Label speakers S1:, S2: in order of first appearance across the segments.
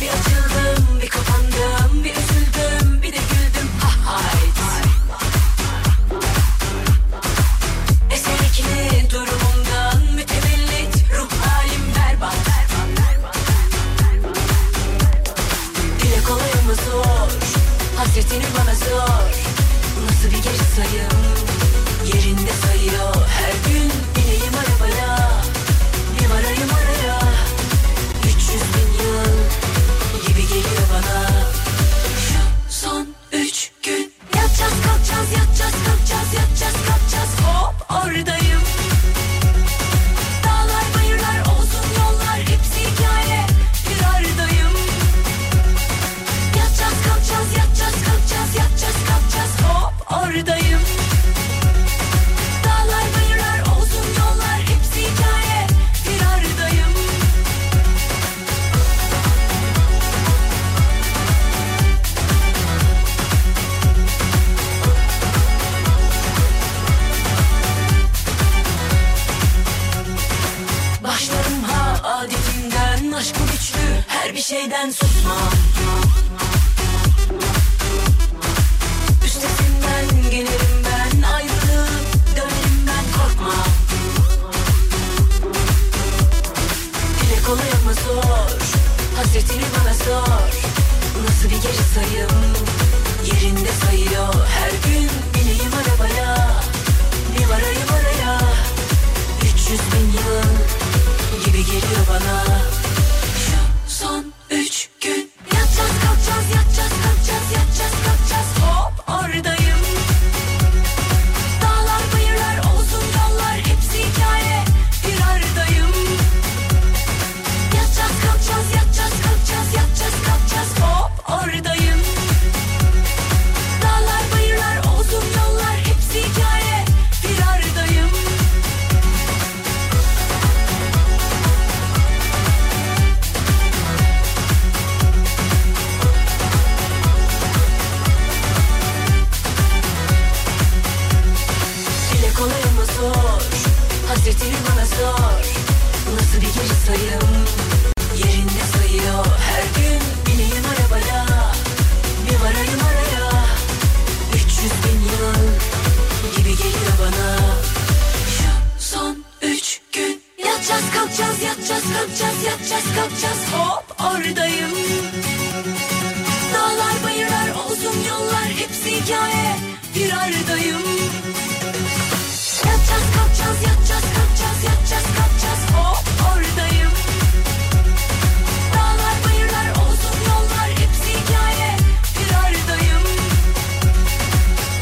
S1: Bir açıldım, bir kapandım, bir üzüldüm, bir de güldüm. Ha hayt. Eserikli durumumdan mütevellit, ruh halim berbat. Dile kolay mı zor, hasretini bana zor. Nasıl bir geri sayım, yerinde sayıyor. Her gün bineyim arabaya, bir varayım araya. 300 bin yıl gibi geliyor bana Şu son üç gün Yatacağız kalkacağız yatacağız kalkacağız yatacağız kalkacağız Hop oradayım Dağlar bayırlar olsun yollar hepsi hikaye Bir aradayım Yatacağız kalkacağız yatacağız kalkacağız yatacağız kalkacağız Hop oradayım Dağlar bayırlar olsun yollar hepsi hikaye Bir aradayım Başlarım ha adetimden Aşk bu güçlü her bir şeyden susmam Üstesinden gelirim ben Ayrılıp dönerim ben korkma Dile kolay ama zor Hasretini bana sor Nasıl bir geri sayım Yerinde sayıyor Her gün bineyim arabaya Bir varayım araya 300 bin yıl gibi geliyor bana Şu son üç gün Yatacağız kalkacağız yatacağız kalkacağız yatacağız kalkacağız Hop oradayım Dağlar bayırlar olsun yollar hepsi hikaye Bir aradayım Yatacağız kalkacağız yatacağız kalkacağız yatacağız kalkacağız Hop oradayım Dağlar bayırlar olsun yollar hepsi hikaye Bir aradayım Dile kolay ama zor Hasretini bana sor Nasıl bir geri sayım Yerinde sayıyor Her gün bineyim arabaya Bir varayım araya 300 bin yıl Gibi geliyor bana Şu son üç gün Yatacağız kalkacağız yatacağız kalkacağız yatacağız kalkacağız Hop oradayım Dağlar bayırlar olsun yollar Hepsi hikaye bir aradayım Yatacağız kalkacağız yatacağız kalkacağız yatacağız kalkacağız hop oradayım Dağlar bayırlar olsun yollar hepsi hikaye bir aradayım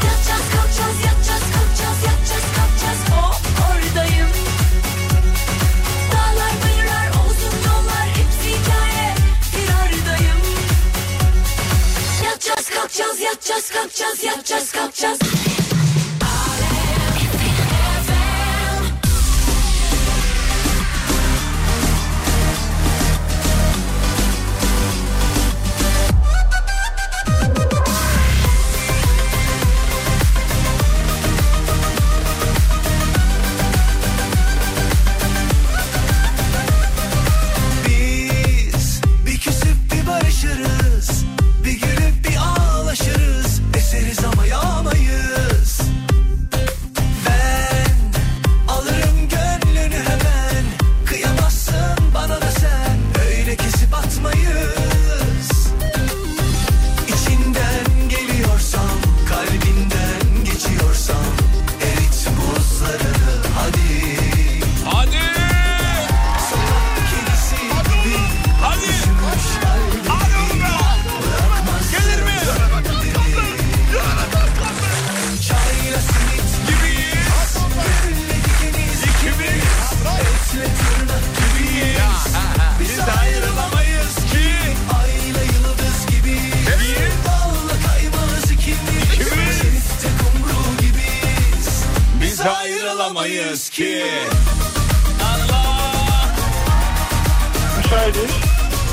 S1: Yatacağız kalkacağız yatacağız kalkacağız yatacağız kalkacağız hop oradayım Dağlar bayırlar olsun yollar hepsi hikaye bir aradayım Yatacağız kalkacağız yatacağız kalkacağız yatacağız kalkacağız
S2: Biz bir küsüp bir barışırız, bir gülüp bir ağlaşırız, eseriz ama yağmayız.
S3: ki Allah
S4: Müsaitim.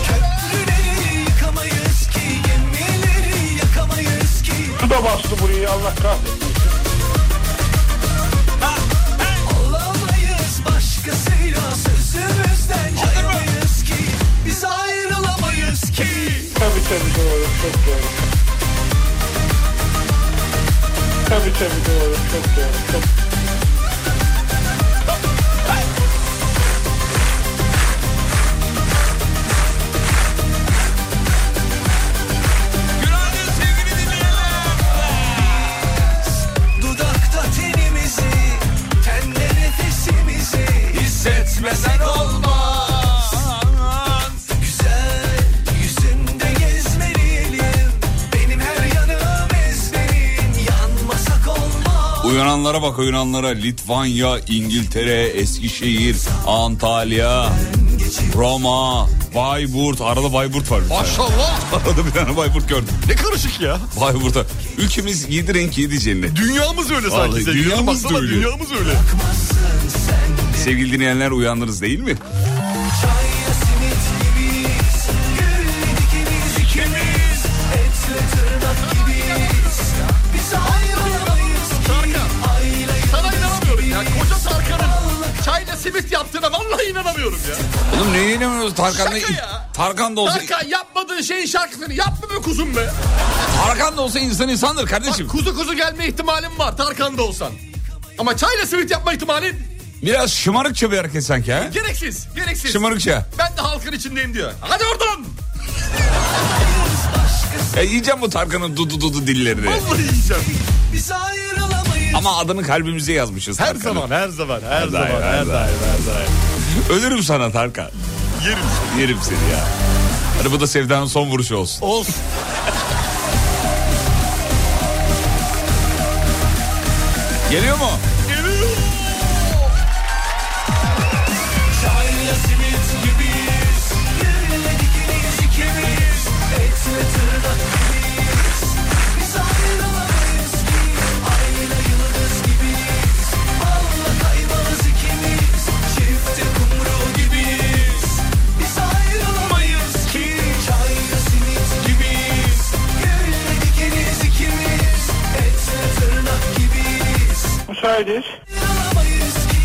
S3: Köprüleri yıkamayız ki Gemileri yakamayız ki
S4: Su da bastı burayı Allah kahretsin.
S3: Olamayız başkasıyla Sözümüzden cayamayız ki Biz ayrılamayız ki
S4: Tabii tabii doğru. Çok doğru. Tabii tabii doğru. Çok doğru. Çok...
S3: Günaydın sevgili dinleyenler. Dudakta tenimizi, tende nefesimizi hissetmesen olmaz. Güzel yüzünde gezmeliyim. Benim her yanım ezberim, yanmasak olmaz.
S5: Uyananlara bak uyananlara. Litvanya, İngiltere, Eskişehir, Antalya, Roma, Bayburt. Arada Bayburt var. bir tane.
S6: Maşallah.
S5: Arada bir tane Bayburt gördüm.
S6: Ne karışık ya.
S5: Bayburt'a. Ülkemiz yedi renk yedi cennet.
S6: Dünyamız öyle sanki.
S5: Vallahi
S6: Sen
S5: dünyamız
S6: dünyaya baksana,
S5: da öyle.
S6: Dünyamız öyle.
S5: Sevgili dinleyenler uyanırız değil mi?
S3: Çayla simit gibiyiz, gül dikimiz ikimiz, etle tırnak gibiyiz. Biz ayrılamayız ki,
S6: Tarkan. Sana inanamıyorum ya. Koca Tarkan'ın çayla simit yaptığına vallahi inanamıyorum ya.
S5: Oğlum neye inanıyoruz Tarkan'la?
S6: Şaka ya.
S5: Tarkan da olsa,
S6: Tarkan yapmadığın şeyin şarkısını yapma be kuzum be.
S5: Tarkan da olsa insan insandır
S6: Bak
S5: kardeşim.
S6: kuzu kuzu gelme ihtimalim var Tarkan'da olsan. Ama çayla simit yapma ihtimalin
S5: Biraz şımarıkça bir hareket sanki ha?
S6: gereksiz. Gereksiz.
S5: Şımarıkça.
S6: Ben de halkın içindeyim diyor. Hadi oradan.
S5: E, yiyeceğim bu Tarkan'ın dudu dudu dillerini.
S6: Vallahi yiyeceğim.
S3: biz ayrılamayız.
S5: Ama adını kalbimize yazmışız
S6: Her
S5: Tarkan'ın.
S6: zaman, her zaman, her zaman,
S5: daim, her
S6: her daim, her daim.
S5: Ölürüm sana Tarkan.
S6: Yerim seni.
S5: Yerim seni ya. Hadi bu da Sevda'nın son vuruşu olsun.
S6: Olsun.
S5: Geliyor mu?
S3: Çayla simit gibiyiz Yerle dikiliyiz ikimiz Etle tırnak gibiyiz Biz ayrılamayız ki Ayla yıldız gibiyiz Balla kaymalız ikimiz Çifte kumru gibiyiz Biz ayrılamayız ki Çayla simit gibiyiz Yerle dikiliyiz ikimiz Etle tırnak gibiyiz
S4: Müsaitim.
S3: Ayrılamayız ki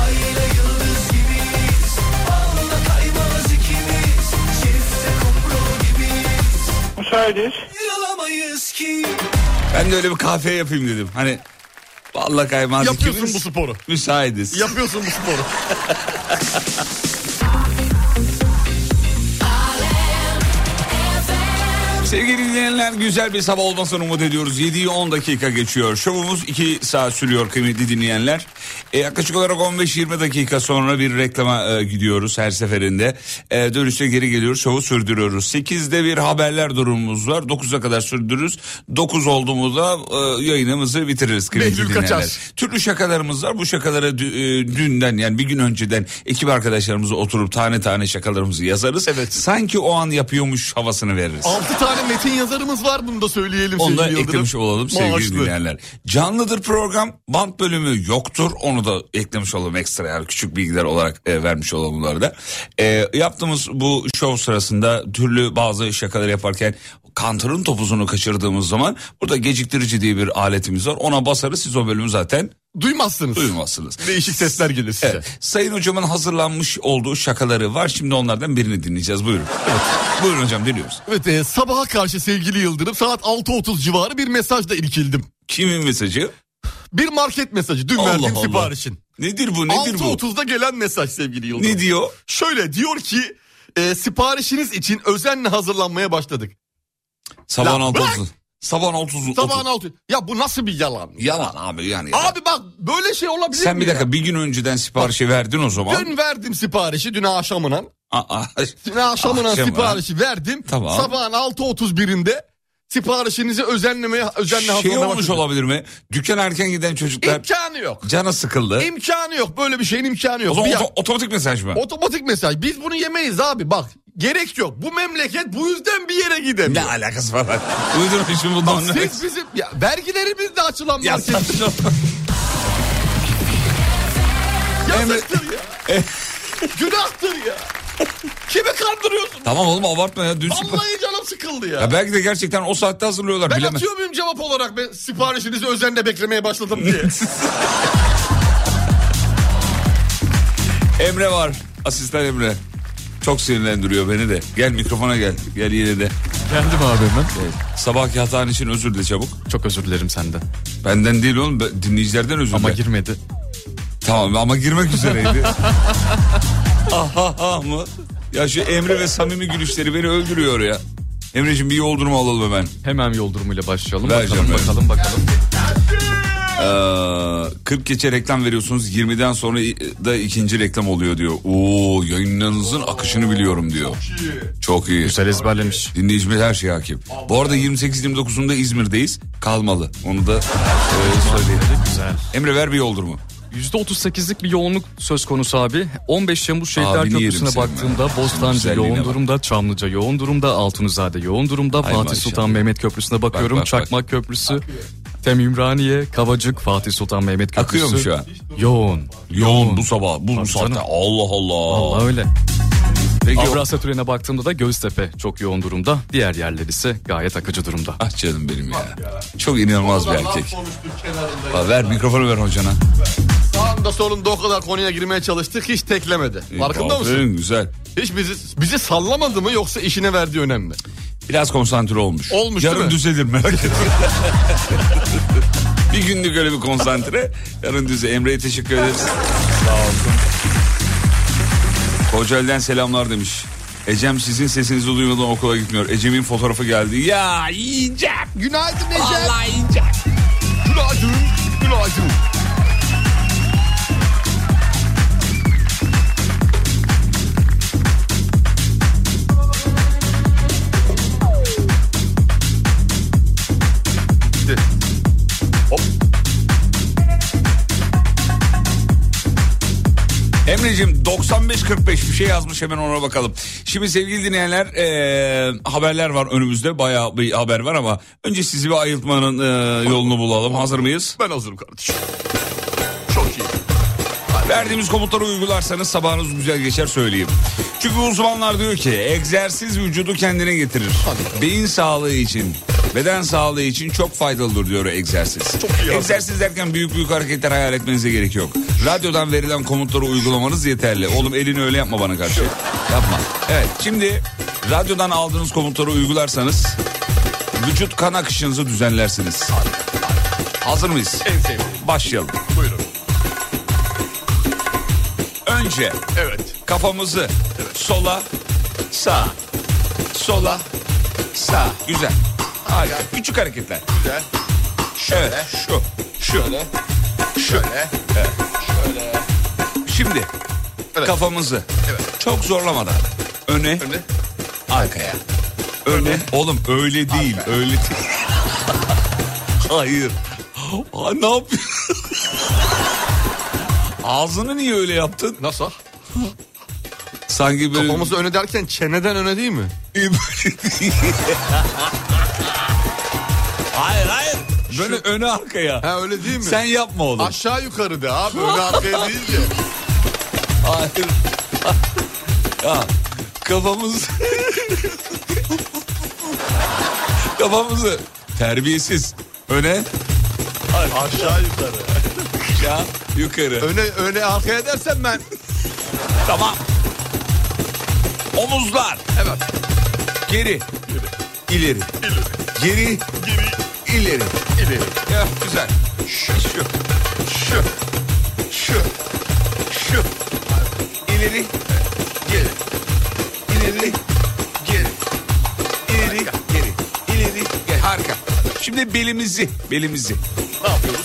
S3: aile yıldız gibiyiz Alda kaymaz ikimiz Çifte kumru gibiyiz
S4: Müsaitim.
S3: Ayrılamayız ki
S5: Ben de öyle bir kahve yapayım dedim. Hani vallahi kaymaz
S6: Yapıyorsun
S5: ikimiz
S6: bu sporu.
S5: Müsaitiz.
S6: Yapıyorsun bu sporu.
S5: Sevgili dinleyenler güzel bir sabah olmasını umut ediyoruz. 7'yi 10 dakika geçiyor. Şovumuz 2 saat sürüyor kıymetli dinleyenler. E, yaklaşık olarak 15-20 dakika sonra bir reklama e, gidiyoruz her seferinde. E, dönüşte geri geliyoruz şovu sürdürüyoruz. 8'de bir haberler durumumuz var. 9'a kadar sürdürürüz. 9 olduğumuzda e, yayınımızı bitiririz kıymetli
S6: Behlül
S5: dinleyenler.
S6: kaçar.
S5: Türlü şakalarımız var. Bu şakalara dü- e, dünden yani bir gün önceden ekip arkadaşlarımızla oturup tane tane şakalarımızı yazarız.
S6: Evet.
S5: Sanki o an yapıyormuş havasını veririz.
S6: 6 tane metin yazarımız var bunu da söyleyelim.
S5: Onu da
S6: sevgili Yıldırım.
S5: eklemiş olalım sevgili
S6: Maaşlı.
S5: dinleyenler. Canlıdır program, bant bölümü yoktur. Onu da eklemiş olalım ekstra yani küçük bilgiler olarak e, vermiş olalım bunları da. E, yaptığımız bu şov sırasında türlü bazı şakalar yaparken kantarın topuzunu kaçırdığımız zaman burada geciktirici diye bir aletimiz var. Ona basarız siz o bölümü zaten
S6: Duymazsınız.
S5: duymazsınız.
S6: Değişik sesler gelir size.
S5: Evet. Sayın hocamın hazırlanmış olduğu şakaları var. Şimdi onlardan birini dinleyeceğiz. Buyurun. Buyurun hocam dinliyoruz.
S6: Evet e, sabaha karşı sevgili Yıldırım saat 6.30 civarı bir mesajla ilkildim.
S5: Kimin mesajı?
S6: Bir market mesajı dün
S5: Allah
S6: verdiğim
S5: Allah.
S6: siparişin.
S5: Nedir bu? Nedir bu?
S6: 6.30'da gelen mesaj sevgili Yıldırım.
S5: Ne diyor?
S6: Şöyle diyor ki e, siparişiniz için özenle hazırlanmaya başladık.
S5: Sabahın
S6: Lan
S5: altı
S6: bırak!
S5: olsun. Sabahın altı olsun.
S6: Sabahın
S5: Otuz.
S6: 6. Ya bu nasıl bir yalan?
S5: Yalan abi yani. yalan.
S6: Abi bak böyle şey olabilir
S5: Sen
S6: mi
S5: bir
S6: ya?
S5: dakika bir gün önceden siparişi verdin o zaman.
S6: Dün verdim siparişi dün akşamına.
S5: Aa,
S6: Dün akşamına
S5: Ah, Akşamına.
S6: siparişi verdim.
S5: Tamam.
S6: Sabahın 6.31'inde siparişinizi özenlemeye, özenle
S5: şey
S6: hazırlamaya
S5: olmuş olabilir mi? Dükkan erken giden çocuklar
S6: İmkanı yok.
S5: canı sıkıldı.
S6: İmkanı yok. Böyle bir şeyin imkanı
S5: O
S6: yok.
S5: zaman
S6: Bir
S5: oto-
S6: ya-
S5: otomatik mesaj mı?
S6: otomatik mesaj. Biz bunu yemeyiz abi bak. Gerek yok. Bu memleket bu yüzden bir yere
S5: Ne
S6: gidemiyor.
S5: alakası var? lan? Uydurun şimdi bundan.
S6: Siz bizim ya, vergilerimiz de açılan
S5: Ya
S6: market.
S5: saçma.
S6: Yazıktır ya. Günahtır ya. Kimi kandırıyorsun?
S5: Tamam oğlum abartma ya. Dün sipariş...
S6: Vallahi canım sıkıldı ya.
S5: Ya belki de gerçekten o saatte hazırlıyorlar.
S6: Ben
S5: bilemem.
S6: atıyor muyum cevap olarak ben siparişinizi özenle beklemeye başladım diye.
S5: Emre var. Asistan Emre. Çok sinirlendiriyor beni de. Gel mikrofona gel. Gel yine de.
S7: Geldim abi hemen.
S5: Sabahki hatan için özür de çabuk.
S7: Çok özür dilerim senden.
S5: Benden değil oğlum ben- dinleyicilerden özür
S7: Ama
S5: dile.
S7: girmedi.
S5: Tamam ama girmek üzereydi. ah ah ah mı? Ya şu Emre ve samimi gülüşleri beni öldürüyor ya. Emre'cim bir yoldurma alalım hemen.
S7: Hemen yol durumuyla başlayalım.
S5: Ver
S7: Bakalım
S5: canım, ver.
S7: bakalım bakalım.
S5: Ee, 40 geçe reklam veriyorsunuz 20'den sonra da ikinci reklam oluyor diyor. Oo yayınlarınızın akışını biliyorum diyor. Çok iyi.
S7: Güzel ezberlemiş.
S5: Dinleyicimiz her şeye hakim. Bu arada 28-29'unda İzmir'deyiz. Kalmalı. Onu da e, söyleyeyim.
S7: Güzel.
S5: Emre ver bir yoldurma.
S7: %38'lik bir yoğunluk söz konusu abi. 15 Temmuz Şehitler
S5: Abini yerim
S7: Köprüsü'ne
S5: senin
S7: baktığımda
S5: ben.
S7: Bostancı
S5: Güzelliğine
S7: yoğun
S5: bak.
S7: durumda, Çamlıca yoğun durumda, Altunizade yoğun durumda,
S5: Hay
S7: Fatih
S5: maşallah.
S7: Sultan Mehmet Köprüsü'ne bakıyorum,
S5: bak, bak.
S7: Çakmak Köprüsü, Temimraniye, Kavacık, Fatih Sultan Mehmet Köprüsü.
S5: Akıyor mu şu an?
S7: Yoğun.
S5: Yoğun bu sabah. Bu, bu
S7: Tabii
S5: saatte.
S7: canım.
S5: Allah Allah.
S7: Vallahi öyle.
S5: Peki o-
S7: Avrasya Tüneli'ne baktığımda da Göztepe çok yoğun durumda. Diğer yerler ise gayet akıcı durumda.
S5: Ah canım benim ya. Çok inanılmaz bir erkek. Aa, Ver mikrofonu ver hocana.
S6: Sağında solunda o kadar konuya girmeye çalıştık hiç teklemedi. Farkında
S5: Aferin,
S6: mısın?
S5: Güzel.
S6: Hiç bizi bizi sallamadı mı yoksa işine verdiği önem mi?
S5: Biraz konsantre olmuş.
S6: Olmuş,
S5: Yarın
S6: değil mi?
S5: düzelir merak etme. bir günlük öyle bir konsantre. Yarın düze. Emre'ye teşekkür ederiz. Sağ olsun. Kocaeli'den selamlar demiş. Ecem sizin sesinizi duymadan okula gitmiyor. Ecem'in fotoğrafı geldi. Ya yiyeceğim.
S6: Günaydın Ece.
S5: Vallahi yiyeceğim.
S6: Günaydın. Günaydın. Gitti. Hop.
S5: Emre'cim 95-45 bir şey yazmış hemen ona bakalım. Şimdi sevgili dinleyenler eee, haberler var önümüzde bayağı bir haber var ama önce sizi bir ayıltmanın eee, yolunu bulalım. Hazır mıyız?
S6: Ben hazırım kardeşim. Çok iyi.
S5: Verdiğimiz komutları uygularsanız sabahınız güzel geçer söyleyeyim. Çünkü uzmanlar diyor ki egzersiz vücudu kendine getirir. Beyin sağlığı için, beden sağlığı için çok faydalıdır diyor egzersiz. egzersiz derken büyük büyük hareketler hayal etmenize gerek yok. Radyodan verilen komutları uygulamanız yeterli. Oğlum elini öyle yapma bana karşı. Yapma. Evet şimdi radyodan aldığınız komutları uygularsanız vücut kan akışınızı düzenlersiniz. Hazır mıyız?
S6: En sevdiğim.
S5: Başlayalım.
S6: Buyurun.
S5: Önce
S6: Evet.
S5: kafamızı sola sağ sola sağ güzel harika küçük hareketler
S6: Güzel.
S5: şöyle şu şu
S6: Şöyle.
S5: şimdi
S6: Evet.
S5: kafamızı
S6: Evet.
S5: çok zorlamadan öne,
S6: Öne.
S5: arkaya öne, oğlum öyle değil öyle değil hayır Aa, ne yapıyorsun ağzını niye öyle yaptın
S6: Nasıl?
S5: sanki böyle
S6: Kafamızı öne derken çeneden öne değil mi?
S5: hayır hayır böyle öne arkaya
S6: Ha öyle değil mi?
S5: Sen yapma oğlum.
S6: Aşağı yukarı de abi öne arkaya değil de.
S5: Hayır. ya kafamız... Kafamızı terbiyesiz öne
S6: Aşağı yukarı.
S5: ya yukarı.
S6: Öne, öne arkaya dersen ben.
S5: tamam. Omuzlar
S6: Evet.
S5: geri ileri. Geri
S6: Geri
S5: ileri.
S6: ileri.
S5: Ya, güzel.
S6: Şu. Şu. Şu. Şu. Şu.
S5: İleri
S6: Geri.
S5: ileri
S6: Geri.
S5: ileri geri. İleri geri. Harika. Şimdi belimizi belimizi
S6: Ne yapıyoruz?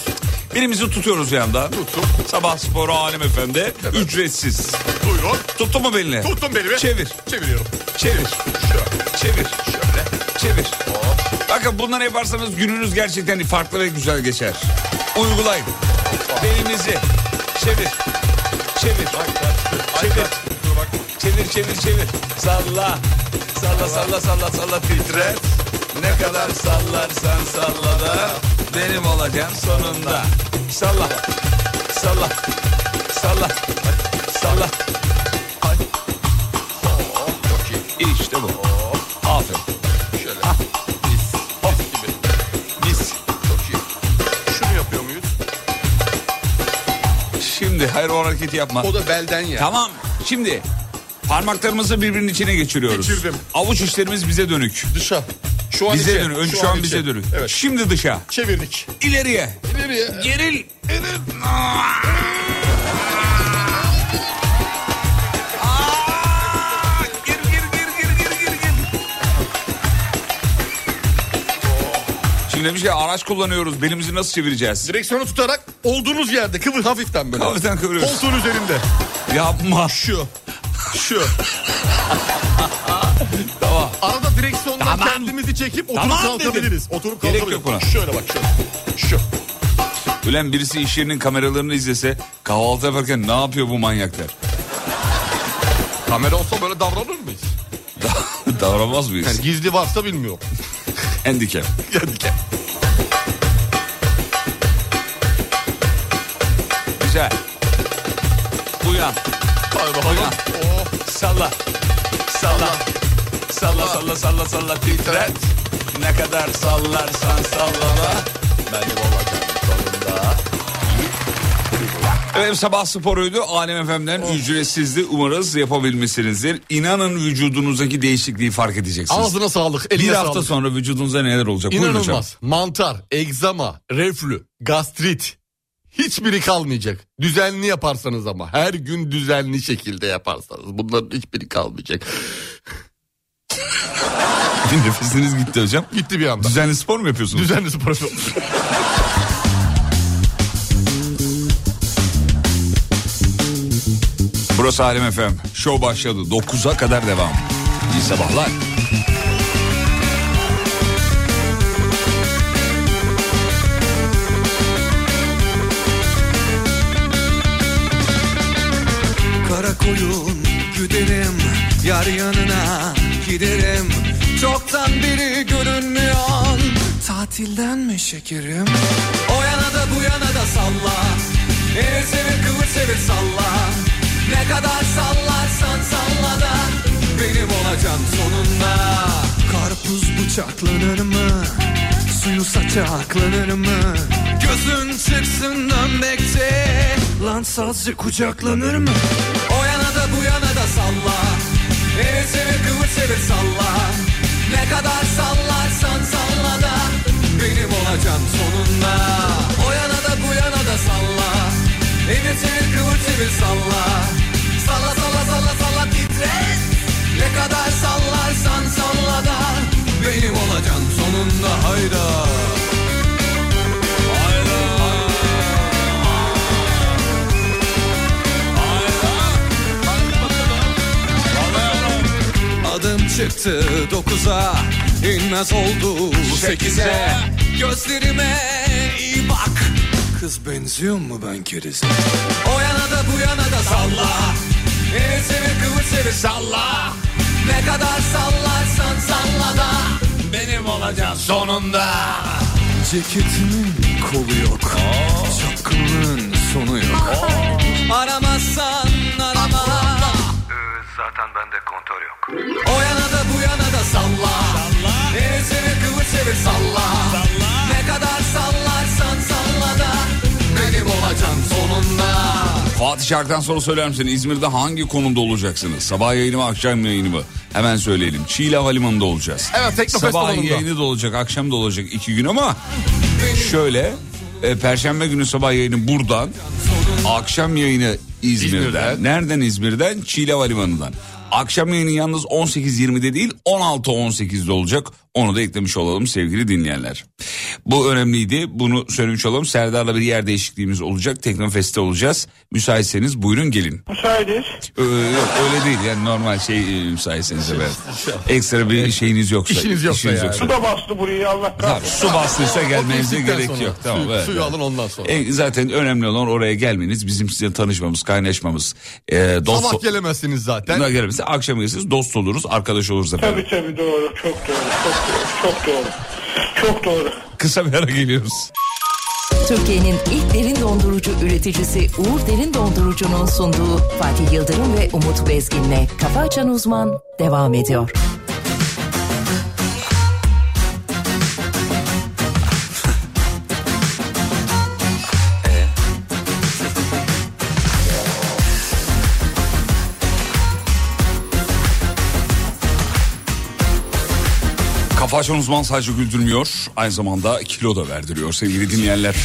S5: belimizi tutuyoruz yandan.
S6: Tuttum.
S5: Sabah sporu Alem Efendi ücretsiz.
S6: Buyurun.
S5: Tuttun mu belini?
S6: Tuttum beni.
S5: Çevir.
S6: Çeviriyorum.
S5: Çevir.
S6: Şöyle.
S5: Çevir.
S6: Şöyle.
S5: Çevir.
S6: Hop.
S5: Bakın bunları yaparsanız gününüz gerçekten farklı ve güzel geçer. Uygulayın. Belinizi. Çevir. Çevir.
S6: Ay,
S5: Çevir.
S6: Dur bak.
S5: Çevir çevir çevir. Salla. Salla salla salla salla titre. Ne kadar sallarsan salla da benim olacağım sonunda. Salla. Salla. Salla. Salla.
S6: Çok iyi.
S5: İşte bu. Aferin.
S6: Şöyle.
S5: Ah.
S6: Mis. Mis gibi.
S5: Biz
S6: Çok iyi. Şunu yapıyor muyuz?
S5: şimdi hayır o hareketi yapma.
S6: O da belden ya.
S5: Tamam. Şimdi parmaklarımızı birbirinin içine geçiriyoruz.
S6: Geçirdim.
S5: Avuç içlerimiz bize dönük.
S6: Dışa. Şu an
S5: Bize
S6: içe,
S5: dönük. Ön- Şu an
S6: içe.
S5: bize dönük.
S6: Evet.
S5: Şimdi dışa.
S6: Çevirdik.
S5: İleriye.
S6: İleriye.
S5: Geril. Gir, gir, gir, gir, gir, gir, gir. Şimdi demiş ki araç kullanıyoruz. Belimizi nasıl çevireceğiz?
S6: Direksiyonu tutarak olduğunuz yerde kıvır hafiften böyle.
S5: Hafiften kıvırıyoruz.
S6: Koltuğun üzerinde.
S5: Yapma.
S6: Şu. Şu.
S5: Tamam.
S6: Arada direksiyondan
S5: Tamam.
S6: kendimizi çekip oturup
S5: Tamam
S6: kalkabiliriz. Oturup
S5: Gerek
S6: kalkabiliriz.
S5: yok buna.
S6: Şöyle bak şöyle. Şu.
S5: Ulan birisi iş yerinin kameralarını izlese kahvaltı yaparken ne yapıyor bu manyaklar?
S6: Kamera olsa böyle davranır mıyız?
S5: Davranmaz mıyız?
S6: Yani gizli varsa bilmiyorum.
S5: Handicap.
S6: Yani gel.
S5: Güzel. Uyan.
S6: Hadi bakalım.
S5: Uyan.
S6: Oh.
S5: Salla. Salla. Salla salla salla salla titret. Ne kadar sallarsan sallama.
S6: Benim olacağım sonunda.
S5: Evet sabah sporuydu. Alem FM'den ücretsizdi. Umarız yapabilmişsinizdir. İnanın vücudunuzdaki değişikliği fark edeceksiniz.
S6: Oh, Ağzına sağlık. Eline
S5: Bir
S6: sağlık.
S5: hafta sonra vücudunuza neler olacak? Buyurun hocam.
S6: İnanılmaz. Mantar, egzama, reflü, gastrit. Hiçbiri kalmayacak. Düzenli yaparsanız ama her gün düzenli şekilde yaparsanız bunların hiçbiri kalmayacak.
S5: Nefesiniz gitti hocam.
S6: Gitti bir anda.
S5: Düzenli spor mu yapıyorsunuz?
S6: Düzenli spor yapıyoruz.
S5: Burası Alem Efem. Şov başladı. 9'a kadar devam. İyi sabahlar.
S2: Kara koyun güderim Yar yanına giderim Çoktan biri görünmüyor Tatilden mi şekerim O yana da bu yana da salla Eğer sevir kıvır sevir salla Ne kadar sallarsan salla da Benim olacağım sonunda Karpuz bıçaklanır mı? Suyu saça aklanır mı? Gözün çıksın dönmekte Lan sazcı kucaklanır mı? O yana da bu yana da salla Eğer sevir kıvır sevir salla Ne kadar sallarsan salla da Benim olacağım sonunda O yana da bu yana da salla Eğer sevir kıvır çevir salla Salla salla salla salla titret Ne kadar sallarsan salla da Benim olacağım sonunda hayda Hayda Adım çıktı dokuza inmez oldu sekize Gözlerime iyi bak Kız benziyor mu ben kerize O yana da bu yana da salla Eğer seni kıvır seni salla Ne kadar sallarsan salla da Benim olacaksın sonunda Ceketimin kolu yok Çapkının sonu yok Aramazsan arama
S8: Ee, zaten bende kontör yok.
S2: O yana da bu yana da salla. Eğer seni kıvır çevir salla. Ne kadar sallarsan salla da benim olacağım sonunda.
S5: Fatih Şark'tan sonra söyler misin İzmir'de hangi konumda olacaksınız? Sabah yayını mı akşam yayını mı? Hemen söyleyelim. Çiğli Havalimanı'nda olacağız.
S6: Evet, Teknofest
S5: Sabah
S6: alanında.
S5: yayını da olacak akşam da olacak iki gün ama şöyle e, Perşembe günü sabah yayını buradan akşam yayını İzmir'den.
S6: İzmir'den.
S5: Nereden İzmir'den? Çiğli Havalimanı'ndan. Akşam yayını yalnız 18.20'de değil 16.18'de olacak. Onu da eklemiş olalım sevgili dinleyenler. Bu önemliydi. Bunu söylemiş olalım. Serdar'la bir yer değişikliğimiz olacak. Teknofest'te olacağız. Müsaitseniz buyurun gelin.
S3: Müsaitiz.
S5: Ee, yok öyle değil yani normal şey e, müsaitseniz evet. Ekstra bir şeyiniz yoksa.
S6: İşiniz yoksa yani.
S3: Su da bastı burayı Allah
S5: Tamam,
S3: kahretsin.
S5: su bastıysa gelmenize
S6: Temizlikten
S5: E, gerek
S6: sonra.
S5: yok. Tamam,
S6: suyu,
S5: evet,
S6: suyu
S5: evet.
S6: alın ondan sonra.
S5: E, zaten önemli olan oraya gelmeniz, bizim size tanışmamız, kaynaşmamız, e, dost
S6: Sabah gelemezsiniz zaten.
S5: Buna gelmesi akşam gelirsiniz dost oluruz, arkadaş oluruz efendim.
S3: Tabii tabii doğru. Çok doğru. Çok doğru. Çok doğru. Çok doğru.
S5: Kısa bir ara geliyoruz.
S9: Türkiye'nin ilk derin dondurucu üreticisi Uğur Derin Dondurucu'nun sunduğu Fatih Yıldırım ve Umut Bezgin'le Kafa Açan Uzman devam ediyor.
S5: Kafa açan uzman sadece güldürmüyor. Aynı zamanda kilo da verdiriyor sevgili dinleyenler.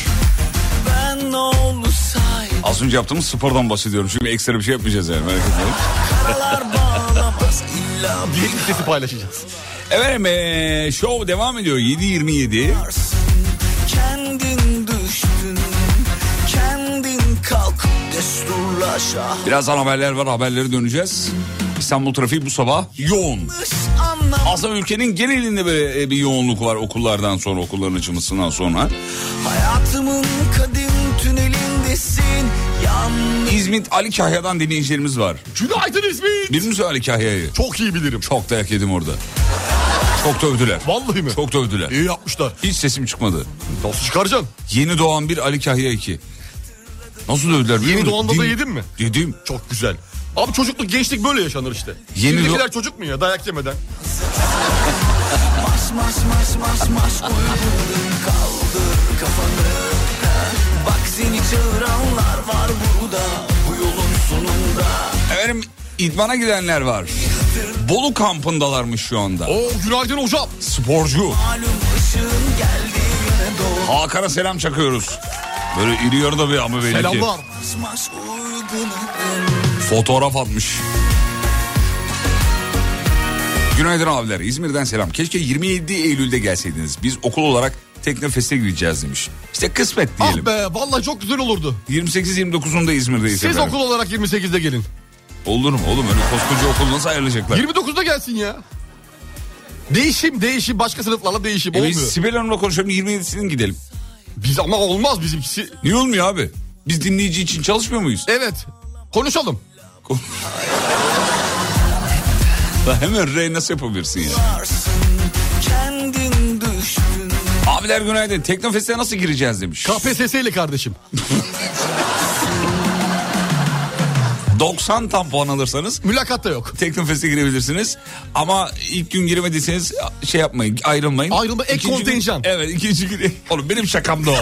S2: Ben ne olsaydım
S5: Az önce yaptığımız spordan bahsediyorum. Şimdi ekstra bir şey yapmayacağız yani merak etmeyin.
S2: karalar bağlamaz illa
S6: Diyet listesi paylaşacağız.
S5: Efendim ee, şov devam ediyor 7.27.
S2: Kendin düştün Kendin kalk Desturlaşa
S5: Birazdan haberler var haberlere döneceğiz. İstanbul trafiği bu sabah yoğun.
S2: Anlam
S5: Aslında ülkenin genelinde böyle e, bir yoğunluk var okullardan sonra okulların açılmasından sonra.
S2: Hayatımın kadim tünelindesin Yalnız
S5: İzmit Ali Kahya'dan dinleyicilerimiz var.
S6: Günaydın İzmir.
S5: Bilir misin Ali Kahya'yı?
S6: Çok iyi bilirim.
S5: Çok dayak yedim orada. Çok dövdüler.
S6: Vallahi mi?
S5: Çok dövdüler.
S6: İyi yapmışlar.
S5: Hiç sesim çıkmadı.
S6: Nasıl çıkaracaksın?
S5: Yeni doğan bir Ali Kahya 2. Nasıl dövdüler biliyor
S6: Yeni
S5: musun?
S6: doğanda da
S5: Din-
S6: yedin mi?
S5: Yedim.
S6: Çok güzel. Abi çocukluk gençlik böyle yaşanır işte.
S5: Yeni
S6: Şimdikiler çocuk mu ya dayak yemeden?
S2: maş maş maş maş Uyudun kaldır kafanı Bak seni çağıranlar var burada Bu yolun sonunda
S5: Efendim idmana gidenler var. Bolu kampındalarmış şu anda.
S6: Oo günaydın hocam.
S5: Sporcu.
S2: Malum ışığın geldi yine doğ
S5: Hakan'a selam çakıyoruz. Böyle iri yarı da bir ama belli ki.
S6: Selamlar.
S2: Maş maş uyudun
S5: Fotoğraf atmış. Günaydın abiler. İzmir'den selam. Keşke 27 Eylül'de gelseydiniz. Biz okul olarak Teknofest'e gideceğiz demiş. İşte kısmet
S6: Ah
S5: diyelim.
S6: be vallahi çok güzel olurdu.
S5: 28-29'unda İzmir'deyiz
S6: Siz
S5: efendim.
S6: okul olarak 28'de gelin.
S5: Olur mu oğlum? Öyle koskoca okul nasıl ayarlayacaklar?
S6: 29'da gelsin ya. Değişim değişim başka sınıflarla değişim
S5: E
S6: olmuyor.
S5: biz Sibel Hanım'la konuşalım 27'sinin gidelim.
S6: Biz ama olmaz bizimkisi.
S5: Niye olmuyor abi? Biz dinleyici için çalışmıyor muyuz?
S6: Evet konuşalım. E-
S5: Lan hemen re nasıl yapabilirsin ya?
S2: Kendin düştün
S5: Abiler günaydın. Teknofest'e nasıl gireceğiz demiş.
S6: KPSS ile kardeşim.
S5: 90 tam puan alırsanız
S6: Mülakat da yok.
S5: Teknofest'e girebilirsiniz. Ama ilk gün giremediyseniz şey yapmayın ayrılmayın.
S6: Ayrılma, ek
S5: İkinci gün-
S6: kontenjan.
S5: evet ikinci gün. Oğlum benim şakamdı o.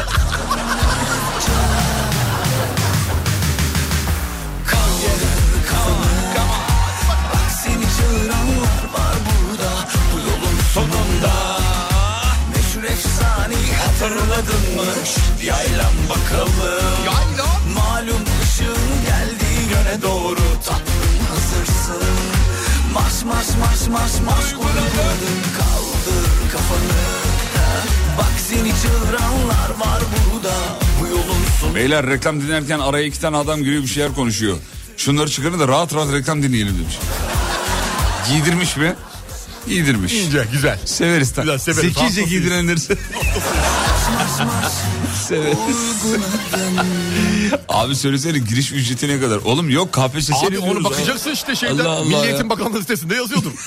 S2: Seni çağıranlar var burada Bu yolun sonunda Meşhur efsaneyi hatırladın mı? Yaylan bakalım Malum ışığın geldiği yöne doğru Tatlım hazırsın Marş marş marş marş marş Uyumadın kaldır kafanı Bak seni çağıranlar var burada Bu yolun sonu
S5: Beyler reklam dinlerken araya iki tane adam giriyor bir şeyler konuşuyor. Şunları çıkarın da rahat rahat reklam dinleyelim demiş. Giydirmiş mi? Giydirmiş.
S6: İnce güzel.
S5: Severiz tabii.
S6: Güzel, severiz.
S5: Zekice
S6: Hastasıyız.
S5: giydirenirse. severiz. Abi söylesene giriş ücreti ne kadar? Oğlum yok KPSS'ye
S6: Abi onu bakacaksın işte şeyden.
S5: Allah Allah
S6: Milli
S5: ya.
S6: Eğitim Bakanlığı sitesinde yazıyordur.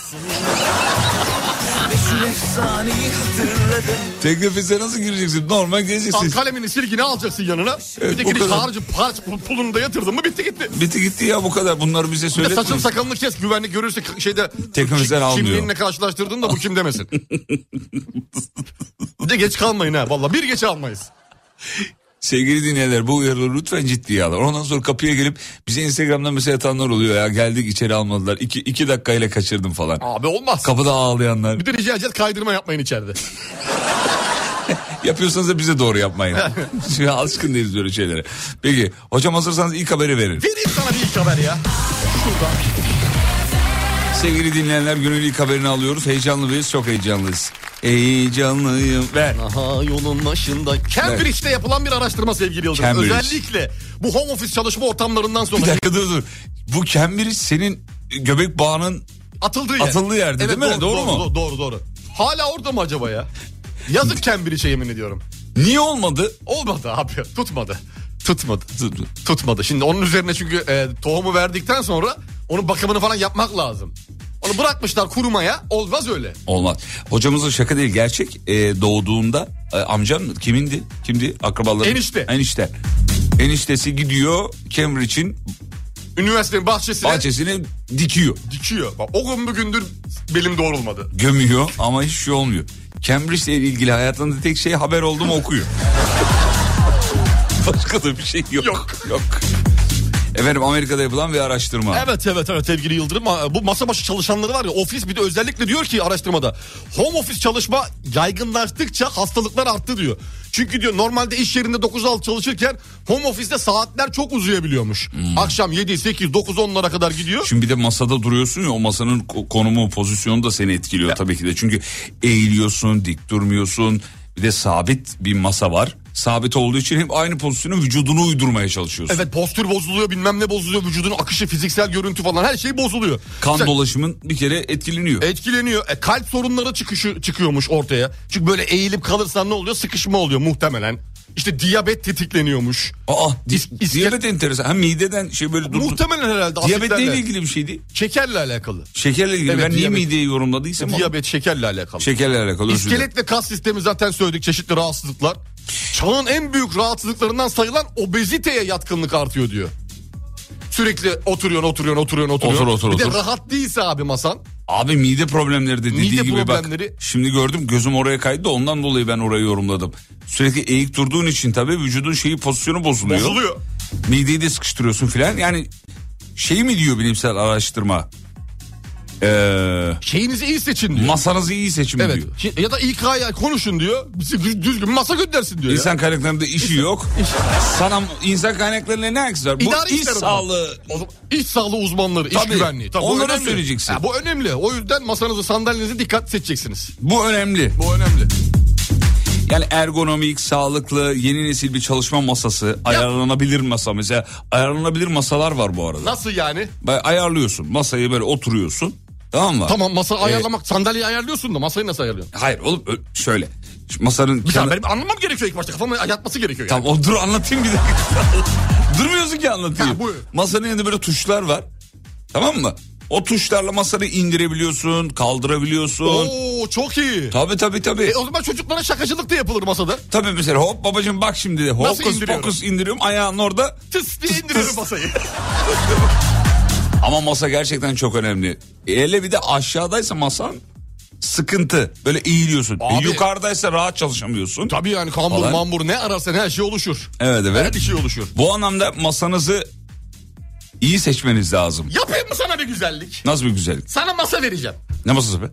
S2: Meşhur efsaneyi hatırladın
S5: Teknofest'e nasıl gireceksin? Normal
S6: Al
S5: gezeceksin.
S6: kalemini silgini alacaksın yanına.
S5: Evet,
S6: bir de
S5: bu
S6: giriş
S5: kadar.
S6: harcı harç pul- pulunu da yatırdın mı bitti gitti.
S5: Bitti gitti ya bu kadar. Bunları bize
S6: Bir de
S5: söyletmeyin.
S6: saçını sakalını kes güvenlik görürse k- şeyde
S5: Teknolojiden
S6: kim-
S5: almıyor.
S6: kimliğinle karşılaştırdın da bu kim demesin. bir de geç kalmayın ha valla bir geç almayız.
S5: Sevgili dinleyenler bu uyarıları lütfen ciddiye alın. Ondan sonra kapıya gelip bize Instagram'dan mesaj atanlar oluyor ya. Geldik içeri almadılar. İki, iki dakikayla kaçırdım falan.
S6: Abi olmaz.
S5: Kapıda ağlayanlar.
S6: bir de rica edeceğiz kaydırma yapmayın içeride.
S5: Yapıyorsanız da bize doğru yapmayın. Şimdi alışkın değiliz böyle şeylere. Peki hocam hazırsanız ilk haberi verin.
S6: Vereyim sana bir ilk haber ya.
S5: Sevgili dinleyenler günün ilk haberini alıyoruz. Heyecanlı mıyız? Çok heyecanlıyız. Heyecanlıyım. Ver.
S6: Aha yolun başında. Cambridge'de yapılan bir araştırma sevgili Yıldırım.
S5: Cambridge.
S6: Özellikle bu home office çalışma ortamlarından
S5: Bir
S6: sonra
S5: dakika dur dur. Bu Cambridge senin göbek bağının
S6: atıldığı yer.
S5: Atıldığı yerde değil mi? Doğru mu?
S6: Doğru, doğru doğru. Hala orada mı acaba ya? Yazık Cambridge'e yemin ediyorum.
S5: niye olmadı?
S6: Olmadı abi tutmadı. Tutmadı.
S5: Dur, dur.
S6: Tutmadı. Şimdi onun üzerine çünkü e, tohumu verdikten sonra onun bakımını falan yapmak lazım. Onu bırakmışlar kurumaya. Olmaz öyle.
S5: Olmaz. Hocamızın şaka değil gerçek. Ee, e, doğduğunda e, amcam mı? kimindi? Kimdi? Akrabaları.
S6: Enişte.
S5: Enişte. Eniştesi gidiyor Cambridge'in
S6: Üniversitenin bahçesine
S5: bahçesine dikiyor.
S6: dikiyor. Bak, o gün bugündür belim doğrulmadı.
S5: Gömüyor ama hiç şey olmuyor. Cambridge'le ilgili hayatında tek şey haber oldu mu okuyor. Başka da bir şey yok. Yok. Efendim Amerika'da yapılan bir araştırma.
S6: Evet evet evet sevgili Yıldırım Ha, bu masa başı çalışanları var ya ofis bir de özellikle diyor ki araştırmada home office çalışma yaygınlaştıkça hastalıklar arttı diyor. Çünkü diyor normalde iş yerinde 9-6 çalışırken home ofiste saatler çok uzayabiliyormuş. Akşam 7, 8, 9, 10'lara kadar gidiyor.
S5: Şimdi bir de masada duruyorsun ya o masanın ko- konumu pozisyonu da seni etkiliyor tabii ki de. Çünkü eğiliyorsun dik durmuyorsun bir de sabit bir masa var. Sabit olduğu için hep aynı pozisyonu vücudunu uydurmaya çalışıyorsun.
S6: Evet postür bozuluyor bilmem ne bozuluyor vücudun akışı fiziksel görüntü falan her şey bozuluyor.
S5: Kan
S6: Mesela-
S5: dolaşımın bir kere etkileniyor.
S6: Etkileniyor. E, kalp sorunları çıkışı çıkıyormuş ortaya. Çünkü böyle eğilip kalırsan ne oluyor? Sıkışma oluyor muhtemelen. İşte diyabet tetikleniyormuş.
S5: Aa di-
S6: İs- iske-
S5: diyabet enteresan. Ha mideden şey böyle durdu.
S6: Muhtemelen herhalde.
S5: Diyabetle
S6: asitlerle-
S5: ilgili bir şeydi.
S6: Şekerle alakalı.
S5: Şekerle ilgili.
S6: Evet,
S5: ben niye
S6: diyabet.
S5: mideyi yorumladıysam o-
S6: Diyabet şekerle alakalı.
S5: şekerle alakalı. Şey, özür dilerim.
S6: İskelet ve kas sistemi zaten söyledik çeşitli rahatsızlıklar. Çağın en büyük rahatsızlıklarından sayılan obeziteye yatkınlık artıyor diyor. Sürekli oturuyorsun oturuyorsun oturuyorsun oturuyorsun.
S5: Otur, otur,
S6: Bir
S5: otur.
S6: de rahat değilse abi masan.
S5: Abi mide problemleri de dediği
S6: Mide
S5: gibi
S6: problemleri-
S5: bak. Şimdi gördüm gözüm oraya kaydı da ondan dolayı ben orayı yorumladım. Sürekli eğik durduğun için tabii vücudun şeyi pozisyonu bozuluyor.
S6: Bozuluyor.
S5: Mideyi de sıkıştırıyorsun filan. Yani şey mi diyor bilimsel araştırma? Ee,
S6: Şeyinizi iyi seçin diyor.
S5: masanızı iyi seçin mi
S6: evet.
S5: diyor.
S6: Şi- Ya da İK'ya konuşun diyor. Bizi düz- düzgün masa göndersin diyor. ya.
S5: İnsan kaynaklarında işi yok. Sana insan kaynaklarına ne alakası var? Bu
S6: İdari
S5: iş
S6: işler o zaman.
S5: sağlığı
S6: O zaman iş sağlığı uzmanları, iş
S5: Tabii.
S6: güvenliği. bu
S5: Onlara
S6: önemli.
S5: söyleyeceksin.
S6: Ha, bu önemli. O yüzden masanızı, sandalyenizi dikkat seçeceksiniz.
S5: bu önemli.
S6: Bu önemli.
S5: Yani ergonomik, sağlıklı, yeni nesil bir çalışma masası, ayarlanabilir masa mesela. Ayarlanabilir masalar var bu arada.
S6: Nasıl yani?
S5: Bay- ayarlıyorsun masayı böyle oturuyorsun tamam mı?
S6: Tamam masa ayarlamak, sandalyeyi ayarlıyorsun da masayı nasıl ayarlıyorsun?
S5: Hayır oğlum ö- şöyle Şu masanın
S6: Bir
S5: kenarı-
S6: tane benim anlamam gerekiyor ilk başta. Kafama yatması gerekiyor. Yani.
S5: Tamam o dur anlatayım bir dakika. Durmuyorsun ki anlatayım.
S6: Ha, buyur.
S5: masanın yanında böyle tuşlar var tamam mı? O tuşlarla masanı indirebiliyorsun kaldırabiliyorsun.
S6: Oo çok iyi.
S5: Tabii tabii tabii.
S6: E, o zaman çocuklara şakacılık da yapılır masada.
S5: Tabii mesela hop babacığım bak şimdi de hokus
S6: indiriyorum?
S5: pokus indiriyorum ayağın orada.
S6: Tıs diye indiririm masayı.
S5: Ama masa gerçekten çok önemli. E, Hele bir de aşağıdaysa masan sıkıntı. Böyle eğiliyorsun. E,
S6: Abi-
S5: Yukarıdaysa rahat çalışamıyorsun.
S6: Tabii yani kambur
S5: Falan.
S6: mambur ne ararsan her şey oluşur.
S5: Evet evet.
S6: Her bir şey oluşur.
S5: Bu anlamda masanızı iyi seçmeniz lazım.
S6: Yapayım mı sana bir güzellik?
S5: Nasıl bir güzellik?
S6: Sana masa vereceğim.
S5: Ne masası be?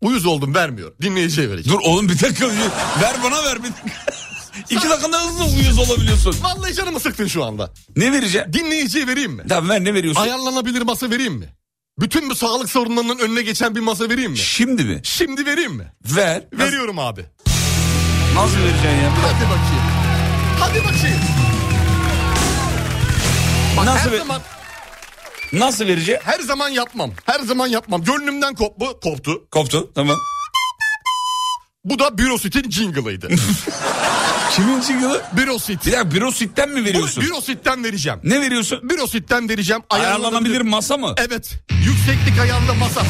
S6: Uyuz oldum vermiyor. Dinleyiciye vereceğim.
S5: Dur oğlum bir dakika. ver bana ver bir dakika. İki dakikada hızlı uyuz olabiliyorsun.
S6: Vallahi canımı sıktın şu anda.
S5: Ne vereceğim?
S6: Dinleyiciye vereyim mi?
S5: Tamam ver ne veriyorsun?
S6: Ayarlanabilir masa vereyim mi? Bütün bu sağlık sorunlarının önüne geçen bir masa vereyim mi?
S5: Şimdi mi?
S6: Şimdi vereyim mi?
S5: Ver.
S6: Veriyorum abi.
S5: Nasıl vereceksin ya?
S6: Hadi bakayım. Hadi bakayım.
S5: Nasıl,
S6: Her
S5: ve-
S6: zaman
S5: nasıl vereceğim?
S6: her zaman yapmam. Her zaman yapmam. Gönlümden kop bu koptu.
S5: Koptu tamam.
S6: Bu da Bürosit'in jingle'ıydı.
S5: Kimin yılı?
S6: Bürosit.
S5: Bir dakika Bürosit'ten mi
S6: Bu
S5: veriyorsun?
S6: Bürosit'ten vereceğim.
S5: Ne veriyorsun?
S6: Bürosit'ten vereceğim.
S5: Ayarlanabilir masa mı?
S6: Evet. Yükseklik ayağında masa.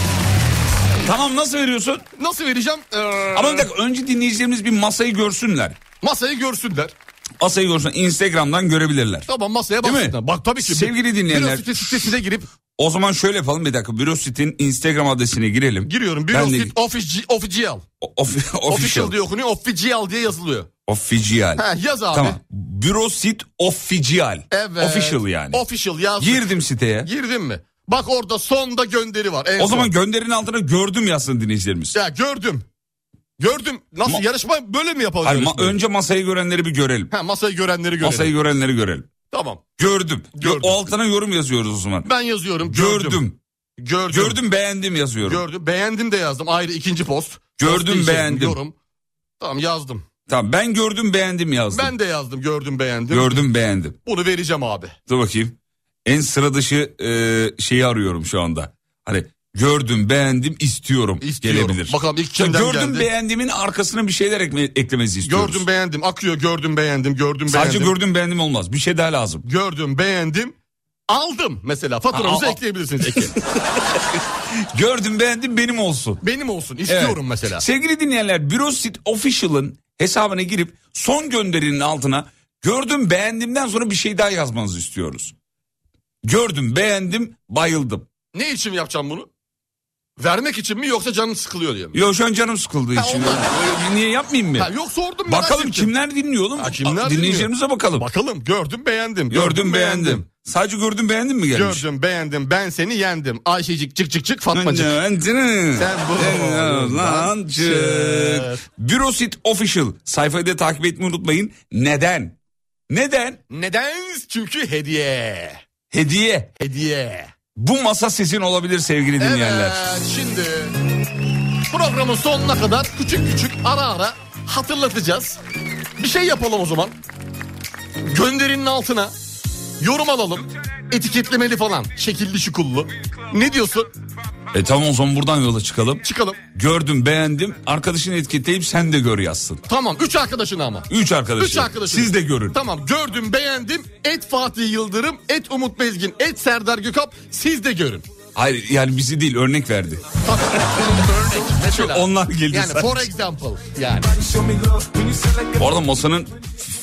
S5: Tamam nasıl veriyorsun?
S6: Nasıl vereceğim? Ee,
S5: Ama bir dakika önce dinleyicilerimiz bir masayı görsünler.
S6: masayı görsünler.
S5: Masayı görsünler. Instagram'dan görebilirler.
S6: Tamam masaya
S5: Değil mi?
S6: baksınlar. Bak tabii ki.
S5: Sevgili dinleyenler-
S6: Bürosit'in sitesine girip
S5: O zaman şöyle yapalım bir dakika. Bürosit'in Instagram adresine girelim.
S6: Giriyorum.
S5: Ben de-
S6: Bürosit official. official.
S5: O- of- official.
S6: Official diye okunuyor. Official diye yazılıyor.
S5: Official.
S6: Ha, yaz abi.
S5: Tamam. Bürosit official.
S6: Evet.
S5: Official yani.
S6: Official yazdım.
S5: Girdim siteye.
S6: Girdim mi? Bak orada sonda gönderi var. en
S5: O zaman
S6: son.
S5: gönderinin altına gördüm yazsın dinleyicilerimiz.
S6: ya gördüm. Gördüm. Nasıl
S5: Ma-
S6: yarışma böyle mi yapalım?
S5: Hayır, ma-
S6: yarışmayı?
S5: önce masayı görenleri bir görelim.
S6: Ha, masayı görenleri görelim.
S5: Masayı görenleri görelim.
S6: Tamam.
S5: Gördüm.
S6: Gördüm.
S5: O altına yorum yazıyoruz o zaman.
S6: Ben yazıyorum.
S5: Gördüm.
S6: Gördüm.
S5: Gördüm,
S6: Gördüm. Gördüm.
S5: beğendim yazıyorum.
S6: Beğendim de yazdım. Ayrı ikinci post.
S5: Gördüm,
S6: Post diyeceğim,
S5: beğendim.
S6: Yorum. Tamam yazdım.
S5: Tamam ben gördüm beğendim yazdım.
S6: Ben de yazdım. Gördüm beğendim.
S5: Gördüm beğendim.
S6: Bunu vereceğim abi.
S5: Dur bakayım. En sıra dışı e, şeyi arıyorum şu anda. Hani gördüm beğendim istiyorum.
S6: İstiyorum.
S5: Gelebilir.
S6: Bakalım ilk kimden
S5: gördüm
S6: geldi?
S5: beğendimin arkasına bir şeyler ekme, eklemenizi istiyoruz.
S6: Gördüm beğendim. Akıyor gördüm beğendim. Gördüm beğendim.
S5: Sadece gördüm beğendim olmaz. Bir şey daha lazım.
S6: gördüm, beğendim, aldım mesela. Faturanızı
S5: Aa, aa.
S6: ekleyebilirsiniz Eki.
S5: Gördüm beğendim benim olsun.
S6: Benim olsun
S5: Evet.
S6: istiyorum mesela.
S5: Sevgili dinleyenler Bürosit Official'ın hesabına girip son gönderinin altına gördüm beğendimden sonra bir şey daha yazmanızı istiyoruz. Gördüm beğendim bayıldım.
S6: Ne için yapacağım bunu? Vermek için mi yoksa canın sıkılıyor diye mi?
S5: Yo şu an canım sıkıldığı için.
S6: ondan.
S5: Öyle bir- Niye yapmayayım mı?
S6: Ha, yok sordum. merak
S5: Bakalım
S6: ettim.
S5: kimler dinliyor oğlum?
S6: Ha, kimler
S5: Aa, Dinleyicilerimize bakalım.
S6: Bakalım gördüm beğendim.
S5: gördüm beğendim. Sadece gördüm beğendim mi gelmiş?
S6: Gördüm beğendim ben seni yendim. Ayşecik çık çık çık Fatmacık.
S5: Sen
S6: Sen bu
S5: lan çık. Bürosit Official sayfayı da takip etmeyi unutmayın. Neden? Neden?
S6: Neden? Çünkü hediye.
S5: Hediye.
S6: Hediye.
S5: Bu masa sizin olabilir sevgili dinleyenler.
S6: Evet şimdi programın sonuna kadar küçük küçük ara ara hatırlatacağız. Bir şey yapalım o zaman. Gönderinin altına yorum alalım. Etiketlemeli falan. Şekilli şukullu. Ne diyorsun?
S5: E tamam o zaman buradan yola çıkalım.
S6: Çıkalım.
S5: Gördüm beğendim. Arkadaşını etiketleyip sen de gör yazsın.
S6: Tamam. Üç arkadaşın ama.
S5: Üç arkadaşı.
S6: Üç arkadaşın.
S5: Siz de görün.
S6: Tamam gördüm beğendim. Et Fatih Yıldırım, et Umut Bezgin, et Serdar Gökap. Siz de görün.
S5: Hayır yani bizi değil örnek verdi.
S6: Örnek mesela.
S5: Onlar geldi
S6: Yani
S5: sadece.
S6: for example yani.
S5: Bu arada masanın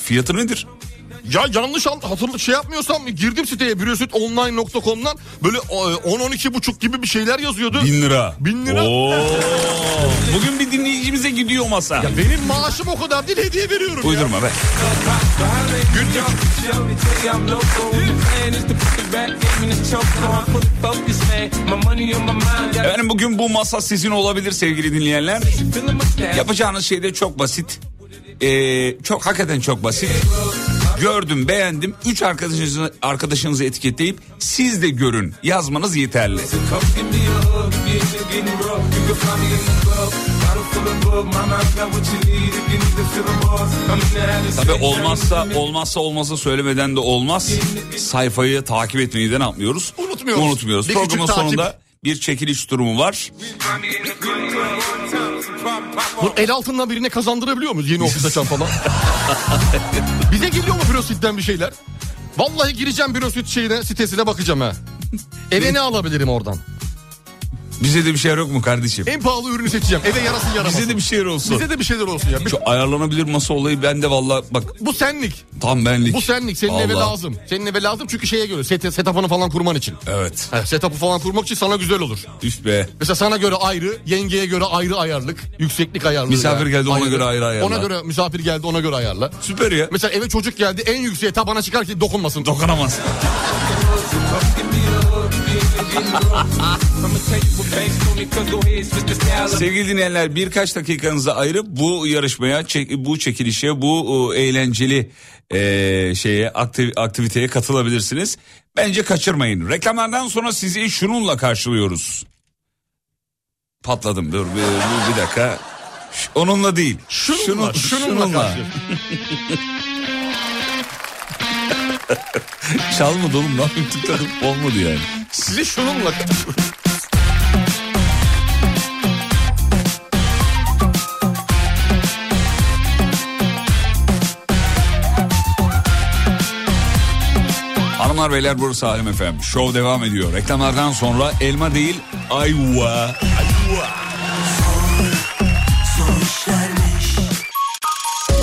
S5: fiyatı nedir?
S6: Ya yanlış an- hatırlı şey yapmıyorsam girdim siteye briosutonline.com'dan böyle e, 10-12 buçuk gibi bir şeyler yazıyordu.
S5: Bin lira.
S6: Bin lira.
S5: Oo. Bugün bir dinleyicimize gidiyor masa.
S6: Ya benim maaşım o kadar değil hediye veriyorum ya.
S5: Uydurma be. Efendim bugün bu masa sizin olabilir sevgili dinleyenler. Yapacağınız şey de çok basit. Ee, çok hakikaten çok basit. Gördüm, beğendim. Üç arkadaşınızı, arkadaşınızı etiketleyip siz de görün. Yazmanız yeterli. Tabii olmazsa olmazsa olmazsa söylemeden de olmaz. Sayfayı takip etmeyi de ne yapmıyoruz?
S6: Unutmuyoruz.
S5: Unutmuyoruz.
S6: Bir küçük
S5: Programın
S6: takip.
S5: sonunda bir çekiliş durumu var.
S6: Bu el altından birine kazandırabiliyor muyuz yeni ofis açan falan? Bize geliyor mu Briosuit'ten bir şeyler? Vallahi gireceğim Briosuit şeyine sitesine bakacağım ha. Eve ne alabilirim oradan?
S5: Bize de bir şey yok mu kardeşim?
S6: En pahalı ürünü seçeceğim. Eve yarasın yaramasın.
S5: Bize de bir şey olsun.
S6: Bize de bir şeyler olsun ya. Bir-
S5: Şu ayarlanabilir masa olayı bende valla bak
S6: Bu senlik.
S5: tam benlik.
S6: Bu senlik. Senin eve
S5: Vallahi.
S6: lazım. Senin eve lazım çünkü şeye göre. Set, setup'ını falan kurman için.
S5: Evet.
S6: Ha, setup'u falan kurmak için sana güzel olur.
S5: Üf be.
S6: Mesela sana göre ayrı, yengeye göre ayrı ayarlık, yükseklik ayarlı.
S5: Misafir geldi, ona göre ayrı ayarla.
S6: Ona göre misafir geldi ona göre ayarla.
S5: Süper ya.
S6: Mesela eve çocuk geldi en yükseğe tabana çıkar ki dokunmasın.
S5: Dokunamaz. Sevgili dinleyenler birkaç dakikanızı ayırıp bu yarışmaya, çek- bu çekilişe, bu e, eğlenceli e, şeye akti- aktiviteye katılabilirsiniz. Bence kaçırmayın. Reklamlardan sonra sizi şununla karşılıyoruz. Patladım dur bir, bir- bir dakika. Ş- Onunla değil.
S6: Şununla,
S5: Şunun-
S6: şununla karşı.
S5: Çalmadı oğlum ne yapayım tıkladım olmadı yani.
S6: Sizi şununla...
S5: Hanımlar beyler burası Halim Efem. Şov devam ediyor. Reklamlardan sonra elma değil ayva.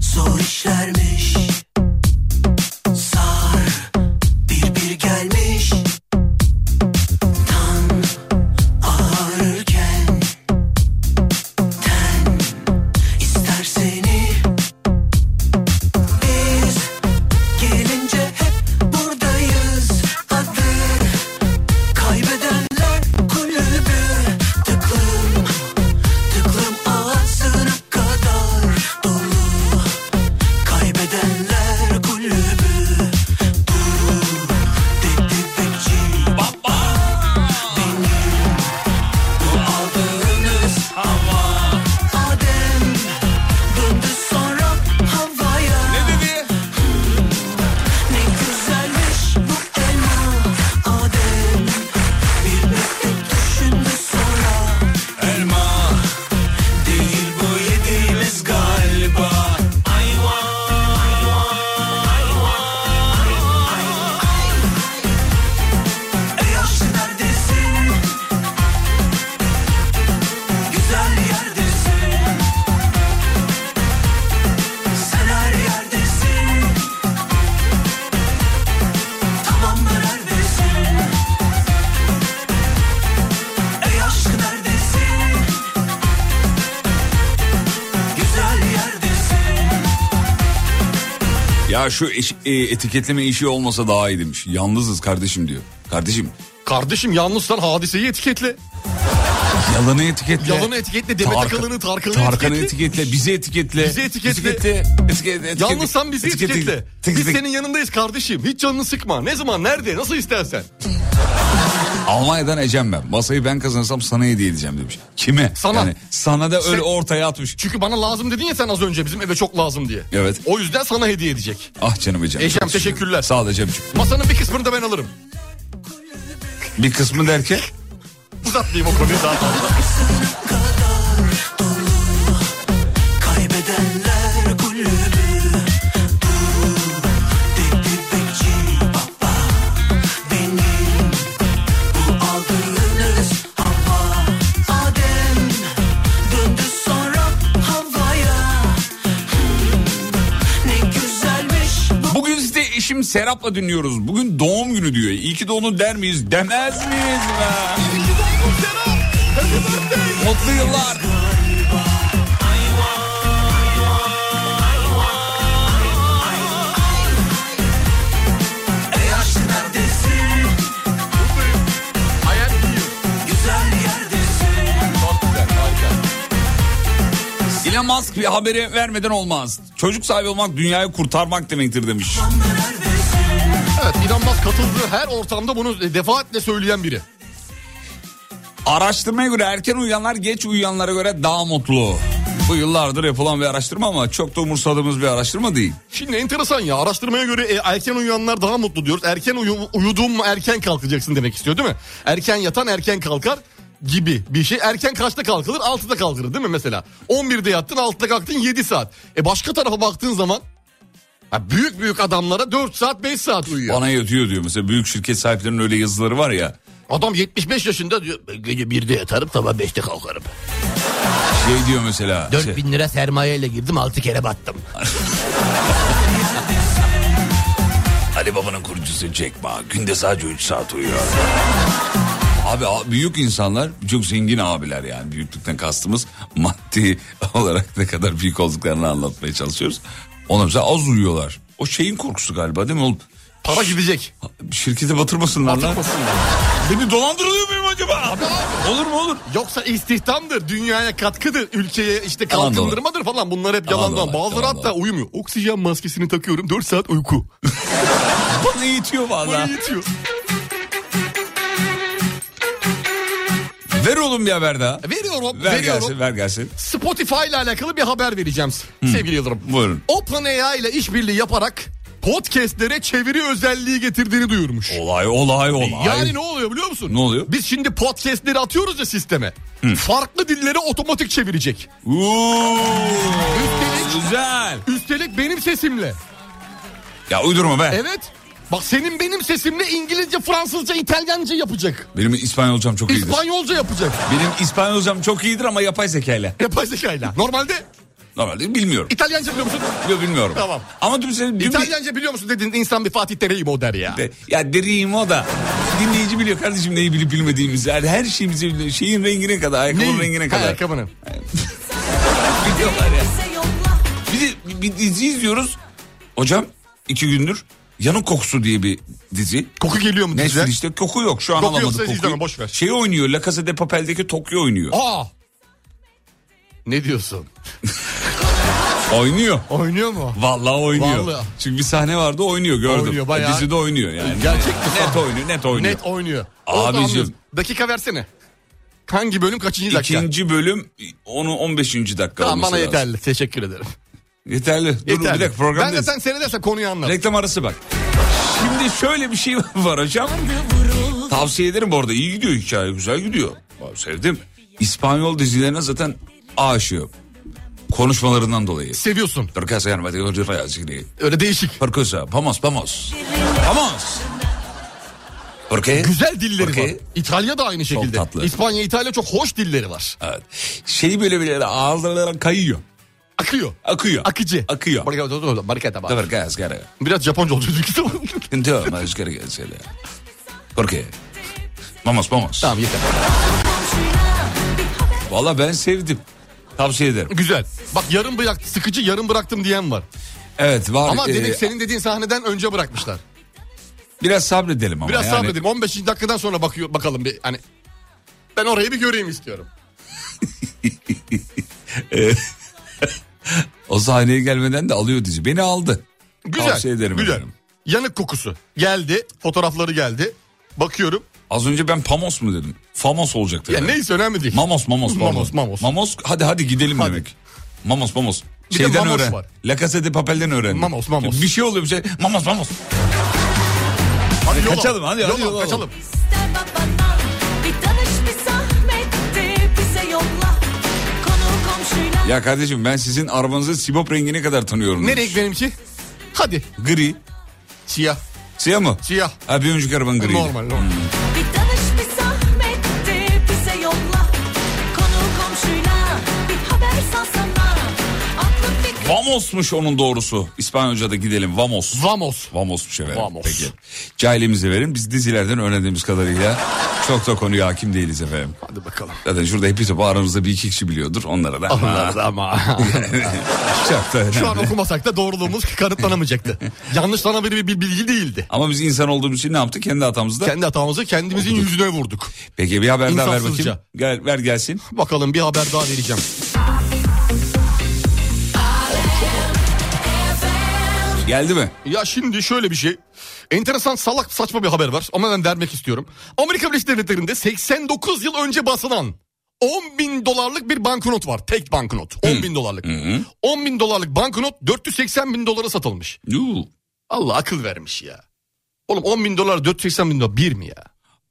S2: Zor işlermiş
S5: Ya şu eş- e, etiketleme işi olmasa daha iyi demiş. Yalnızız kardeşim diyor. Kardeşim
S6: Kardeşim yalnızsan hadiseyi etiketle.
S5: yalanı etiketle.
S6: Yalanı etiketle, Demet
S5: Tarkan-
S6: Akalın'ı, Tarkan'ı
S5: Tarkan'ı
S6: etiketle.
S5: etiketle. Bizi etiketle.
S6: Bizi etiketle.
S5: etiketle, etiketle.
S6: Yalnızsan bizi
S5: Etiketle.
S6: etiketle.
S5: Tık
S6: Biz
S5: tık.
S6: senin yanındayız kardeşim. Hiç canını sıkma. Ne zaman, nerede, nasıl istersen.
S5: Almanya'dan Ecem ben. Masayı ben kazanırsam sana hediye edeceğim demiş. Kime?
S6: Sana.
S5: Yani sana da öyle
S6: Sen-
S5: ortaya atmış.
S6: Çünkü bana lazım dedin ya sen az önce bizim eve çok lazım diye.
S5: Evet.
S6: O yüzden sana hediye edecek.
S5: Ah canım Ecem.
S6: Ecem,
S5: Çok teşekkür-
S6: teşekkürler.
S5: Sağ ol Ecem'ciğim.
S6: Masanın bir kısmını da ben alırım.
S5: Bir kısmı derken
S6: Uzatmayayım o konuyu daha fazla.
S2: Kaybedenler kulübü Dur Dedi bekçi baba Benim Bu aldığınız hava Adem Döndü sonra havaya Hmm, Ne güzelmiş bu
S5: Bugün size eşim Serap'la dinliyoruz. Bugün doğum günü diyor. İyi ki de onu der miyiz? Demez miyiz be? Mutlu yıllar. Elon Musk bir haberi vermeden olmaz. Çocuk sahibi olmak dünyayı kurtarmak demektir demiş.
S6: Evet, Elon Musk katıldığı her ortamda bunu defaatle söyleyen biri.
S5: Araştırmaya göre erken uyuyanlar geç uyuyanlara göre daha mutlu. Bu yıllardır yapılan bir araştırma ama çok da umursadığımız bir araştırma değil.
S6: Şimdi enteresan ya araştırmaya göre e, erken uyuyanlar daha mutlu diyoruz. Erken uyu, uyudun mu erken kalkacaksın demek istiyor değil mi? Erken yatan erken kalkar gibi bir şey. Erken kaçta kalkılır? 6'da kalkılır değil mi mesela? 11'de yattın 6'da kalktın 7 saat. E başka tarafa baktığın zaman ha, büyük büyük adamlara 4 saat 5 saat uyuyor.
S5: Bana yatıyor diyor mesela büyük şirket sahiplerinin öyle yazıları var ya.
S6: Adam 75 yaşında diyor "Ben gece 1'de yatarım sabah 5'te kalkarım.
S5: Şey diyor mesela. şey-
S6: 4000 lira sermayeyle girdim 6 kere battım.
S5: Ali Baba'nın kurucusu Jack Ma. Günde sadece 3 saat uyuyor. Abi a- büyük insanlar çok zengin abiler yani büyüklükten kastımız maddi olarak ne kadar büyük olduklarını anlatmaya çalışıyoruz. Onlar mesela az uyuyorlar. O şeyin korkusu galiba değil mi oğlum?
S6: Para gidecek.
S5: Şirketi batırmasınlar lan.
S6: Batırmasınlar.
S5: Beni dolandırılıyor muyum acaba? Olur mu olur?
S6: Yoksa istihdamdır, dünyaya katkıdır, ülkeye işte
S5: Yalan
S6: kalkındırmadır falan bunlar hep
S5: Yalan
S6: yalandan.
S5: dolan,
S6: Bazıları
S5: yalan
S6: hatta
S5: dolan.
S6: uyumuyor. Oksijen maskesini takıyorum 4 saat uyku.
S5: Bana yetiyor valla.
S6: Yetiyor.
S5: Ver oğlum bir haber daha.
S6: Veriyorum,
S5: Ver
S6: veriyorum.
S5: gelsin ver gelsin.
S6: Spotify ile alakalı bir haber vereceğim sevgili Yıldırım.
S5: Buyurun.
S6: OpenAI ile işbirliği yaparak podcastlere çeviri özelliği getirdiğini duyurmuş.
S5: Olay olay olay.
S6: Yani ne oluyor biliyor musun?
S5: Ne oluyor?
S6: Biz şimdi podcastleri atıyoruz ya sisteme. Farklı dilleri otomatik çevirecek.
S5: Oo,
S6: Üstelik-
S5: güzel.
S6: Üstelik benim sesimle.
S5: Ya uydurma be.
S6: Evet. Bak senin benim sesimle İngilizce, Fransızca, İtalyanca yapacak.
S5: Benim İspanyolcam çok iyidir.
S6: İspanyolca yapacak.
S5: Benim İspanyolcam çok iyidir ama yapay zekayla.
S6: Yapay zekayla. Normalde
S5: Normalde bilmiyorum.
S6: İtalyanca biliyor musun?
S5: Yo, bilmiyorum.
S6: Tamam.
S5: Ama dün senin dün
S6: İtalyanca biliyor musun dediğin insan bir Fatih Terim o der ya.
S5: bir- Ya deriyim o da. Dinleyici biliyor kardeşim neyi bilip bilmediğimizi. Yani her şeyimizi biliyor. Şeyin rengine kadar, ayakkabının
S6: Neyi?
S5: rengine
S6: Ha,
S5: kadar.
S6: Ayakkabının.
S5: Biliyorlar ya. Bir, de- bir dizi izliyoruz. Hocam iki gündür Yanın Kokusu diye bir dizi.
S6: Koku geliyor mu diyeceksin?
S5: Netflix'te koku yok şu an
S6: Koku
S5: alamadık
S6: yoksa
S5: kokuyu.
S6: izleme, boş ver.
S5: Şey oynuyor La Casa de Papel'deki Tokyo oynuyor.
S6: Aa. Ne diyorsun?
S5: Oynuyor.
S6: Oynuyor mu?
S5: Vallahi oynuyor.
S6: Ah. Vallahi.
S5: Çünkü bir sahne vardı oynuyor gördüm. E,
S6: Oynuyor, bayağı.
S5: Dizide oynuyor yani.
S6: Gerçek mi?
S5: Net oynuyor net oynuyor.
S6: Net oynuyor.
S5: Abicim.
S6: Orada anlıyoruz. Dakika versene. Hangi bölüm kaçıncı dakika?
S5: İkinci bölüm onu 15. dakika
S6: Tamam
S5: olması
S6: bana
S5: lazım.
S6: yeterli. Teşekkür ederim.
S5: Yeterli. Dur
S6: yeterli.
S5: bir dakika
S6: ben de
S5: programdayız.
S6: sen seyredersen konuyu anlarım.
S5: Reklam arası bak. Şimdi şöyle bir şey var hocam. Tavsiye ederim bu arada. İyi gidiyor hikaye. Güzel gidiyor. Vallahi Sevdim. İspanyol dizilerine zaten aşığım. Konuşmalarından dolayı.
S6: Seviyorsun.
S5: Perkasa yani. Perkasa.
S6: Öyle değişik.
S5: Vamos, vamos. Vamos. ¿Por qué?
S6: Güzel dilleri
S5: Okey.
S6: var. İtalya da aynı şekilde.
S5: tatlı.
S6: İspanya, İtalya çok hoş dilleri var.
S5: Evet. Şey böyle böyle ağızlarına kayıyor.
S6: Akıyor.
S5: Akıyor.
S6: Akıcı.
S5: Akıyor.
S6: Barikata- barikata bak.
S5: Perkasa. Perkasa.
S6: Biraz Japonca olacak.
S5: Entonces, más que regresarle. ¿Por qué? Vamos, vamos.
S6: tamam yeter.
S5: Valla ben sevdim. Tavsiye ederim.
S6: Güzel. Bak yarım bırak, sıkıcı yarım bıraktım diyen var.
S5: Evet var.
S6: Ama
S5: Ee,
S6: dedik senin dediğin sahneden önce bırakmışlar.
S5: Biraz sabredelim ama.
S6: Biraz
S5: yani.
S6: sabredelim. 15. dakikadan sonra bakıyor bakalım bir hani ben orayı bir göreyim istiyorum.
S5: O sahneye gelmeden de alıyor dizi. Beni aldı.
S6: Güzel.
S5: Tavsiye ederim
S6: Güzel.
S5: efendim.
S6: Yanık kokusu geldi. Fotoğrafları geldi. Bakıyorum.
S5: Az önce ben Pamos mu dedim? Famos olacaktı.
S6: Ya
S5: herhalde.
S6: neyse önemli değil.
S5: Mamos mamos. pardon.
S6: Mamos, mamos.
S5: hadi hadi gidelim
S6: Hadi.
S5: demek. Mamos mamos.
S6: Bir de
S5: Şeyden
S6: mamos
S5: öğren.
S6: var.
S5: La Casa de Papel'den öğrendim.
S6: Mamos, mamos.
S5: Bir şey oluyor bir şey. Mamos mamos.
S6: hadi yola.
S5: kaçalım, hadi, hadi
S6: Yola,
S5: yola.
S6: kaçalım.
S10: İster babandan bir danış bir zahmet de bize yolla. Konu komşuyla
S5: Ya kardeşim ben sizin arabanızın Sibop rengine kadar tanıyorum.
S6: Ne
S5: demiş.
S6: renk benimki? Hadi.
S5: Gri.
S6: Siyah.
S5: Siyah mı?
S6: Siyah.
S5: Ha bir önceki araban griydi.
S6: Normal normal.
S10: bir danış bir zahmet de bize yolla. Konu komşuyla bir haber salsana. Aklın fikrin
S5: Vamos'muş onun doğrusu. İspanyolca'da gidelim Vamos.
S6: Vamos.
S5: Vamos'muş efendim.
S6: Vamos.
S5: Peki. Cahilimizi verin. Biz dizilerden öğrendiğimiz kadarıyla çok da konuya hakim değiliz efendim.
S6: Hadi bakalım.
S5: Zaten şurada hepsi topu aramızda bir iki kişi biliyordur. Onlara da.
S6: Onlar da ama.
S5: Çok da önemli.
S6: Şu an okumasak da doğruluğumuz kanıtlanamayacaktı. Yanlışlanan bir, bir bilgi değildi.
S5: Ama biz insan olduğumuz için ne yaptık? Kendi hatamızda.
S6: Kendi hatamızı kendimizin yüzüne vurduk.
S5: Peki bir haber daha ver bakayım.
S6: İnsafsızca.
S5: Gel, ver gelsin.
S6: Bakalım bir haber daha vereceğim.
S5: Geldi mi?
S6: Ya şimdi şöyle bir şey. Enteresan salak saçma bir haber var ama ben vermek istiyorum. Amerika Birleşik Devletleri'nde 89 yıl önce basılan 10 bin dolarlık bir banknot var. Tek banknot. 10 bin dolarlık. 10 bin dolarlık banknot 480 bin dolara satılmış.
S5: Yuu.
S6: Allah akıl vermiş ya. Oğlum 10 bin dolar 480 bin dolar bir mi ya?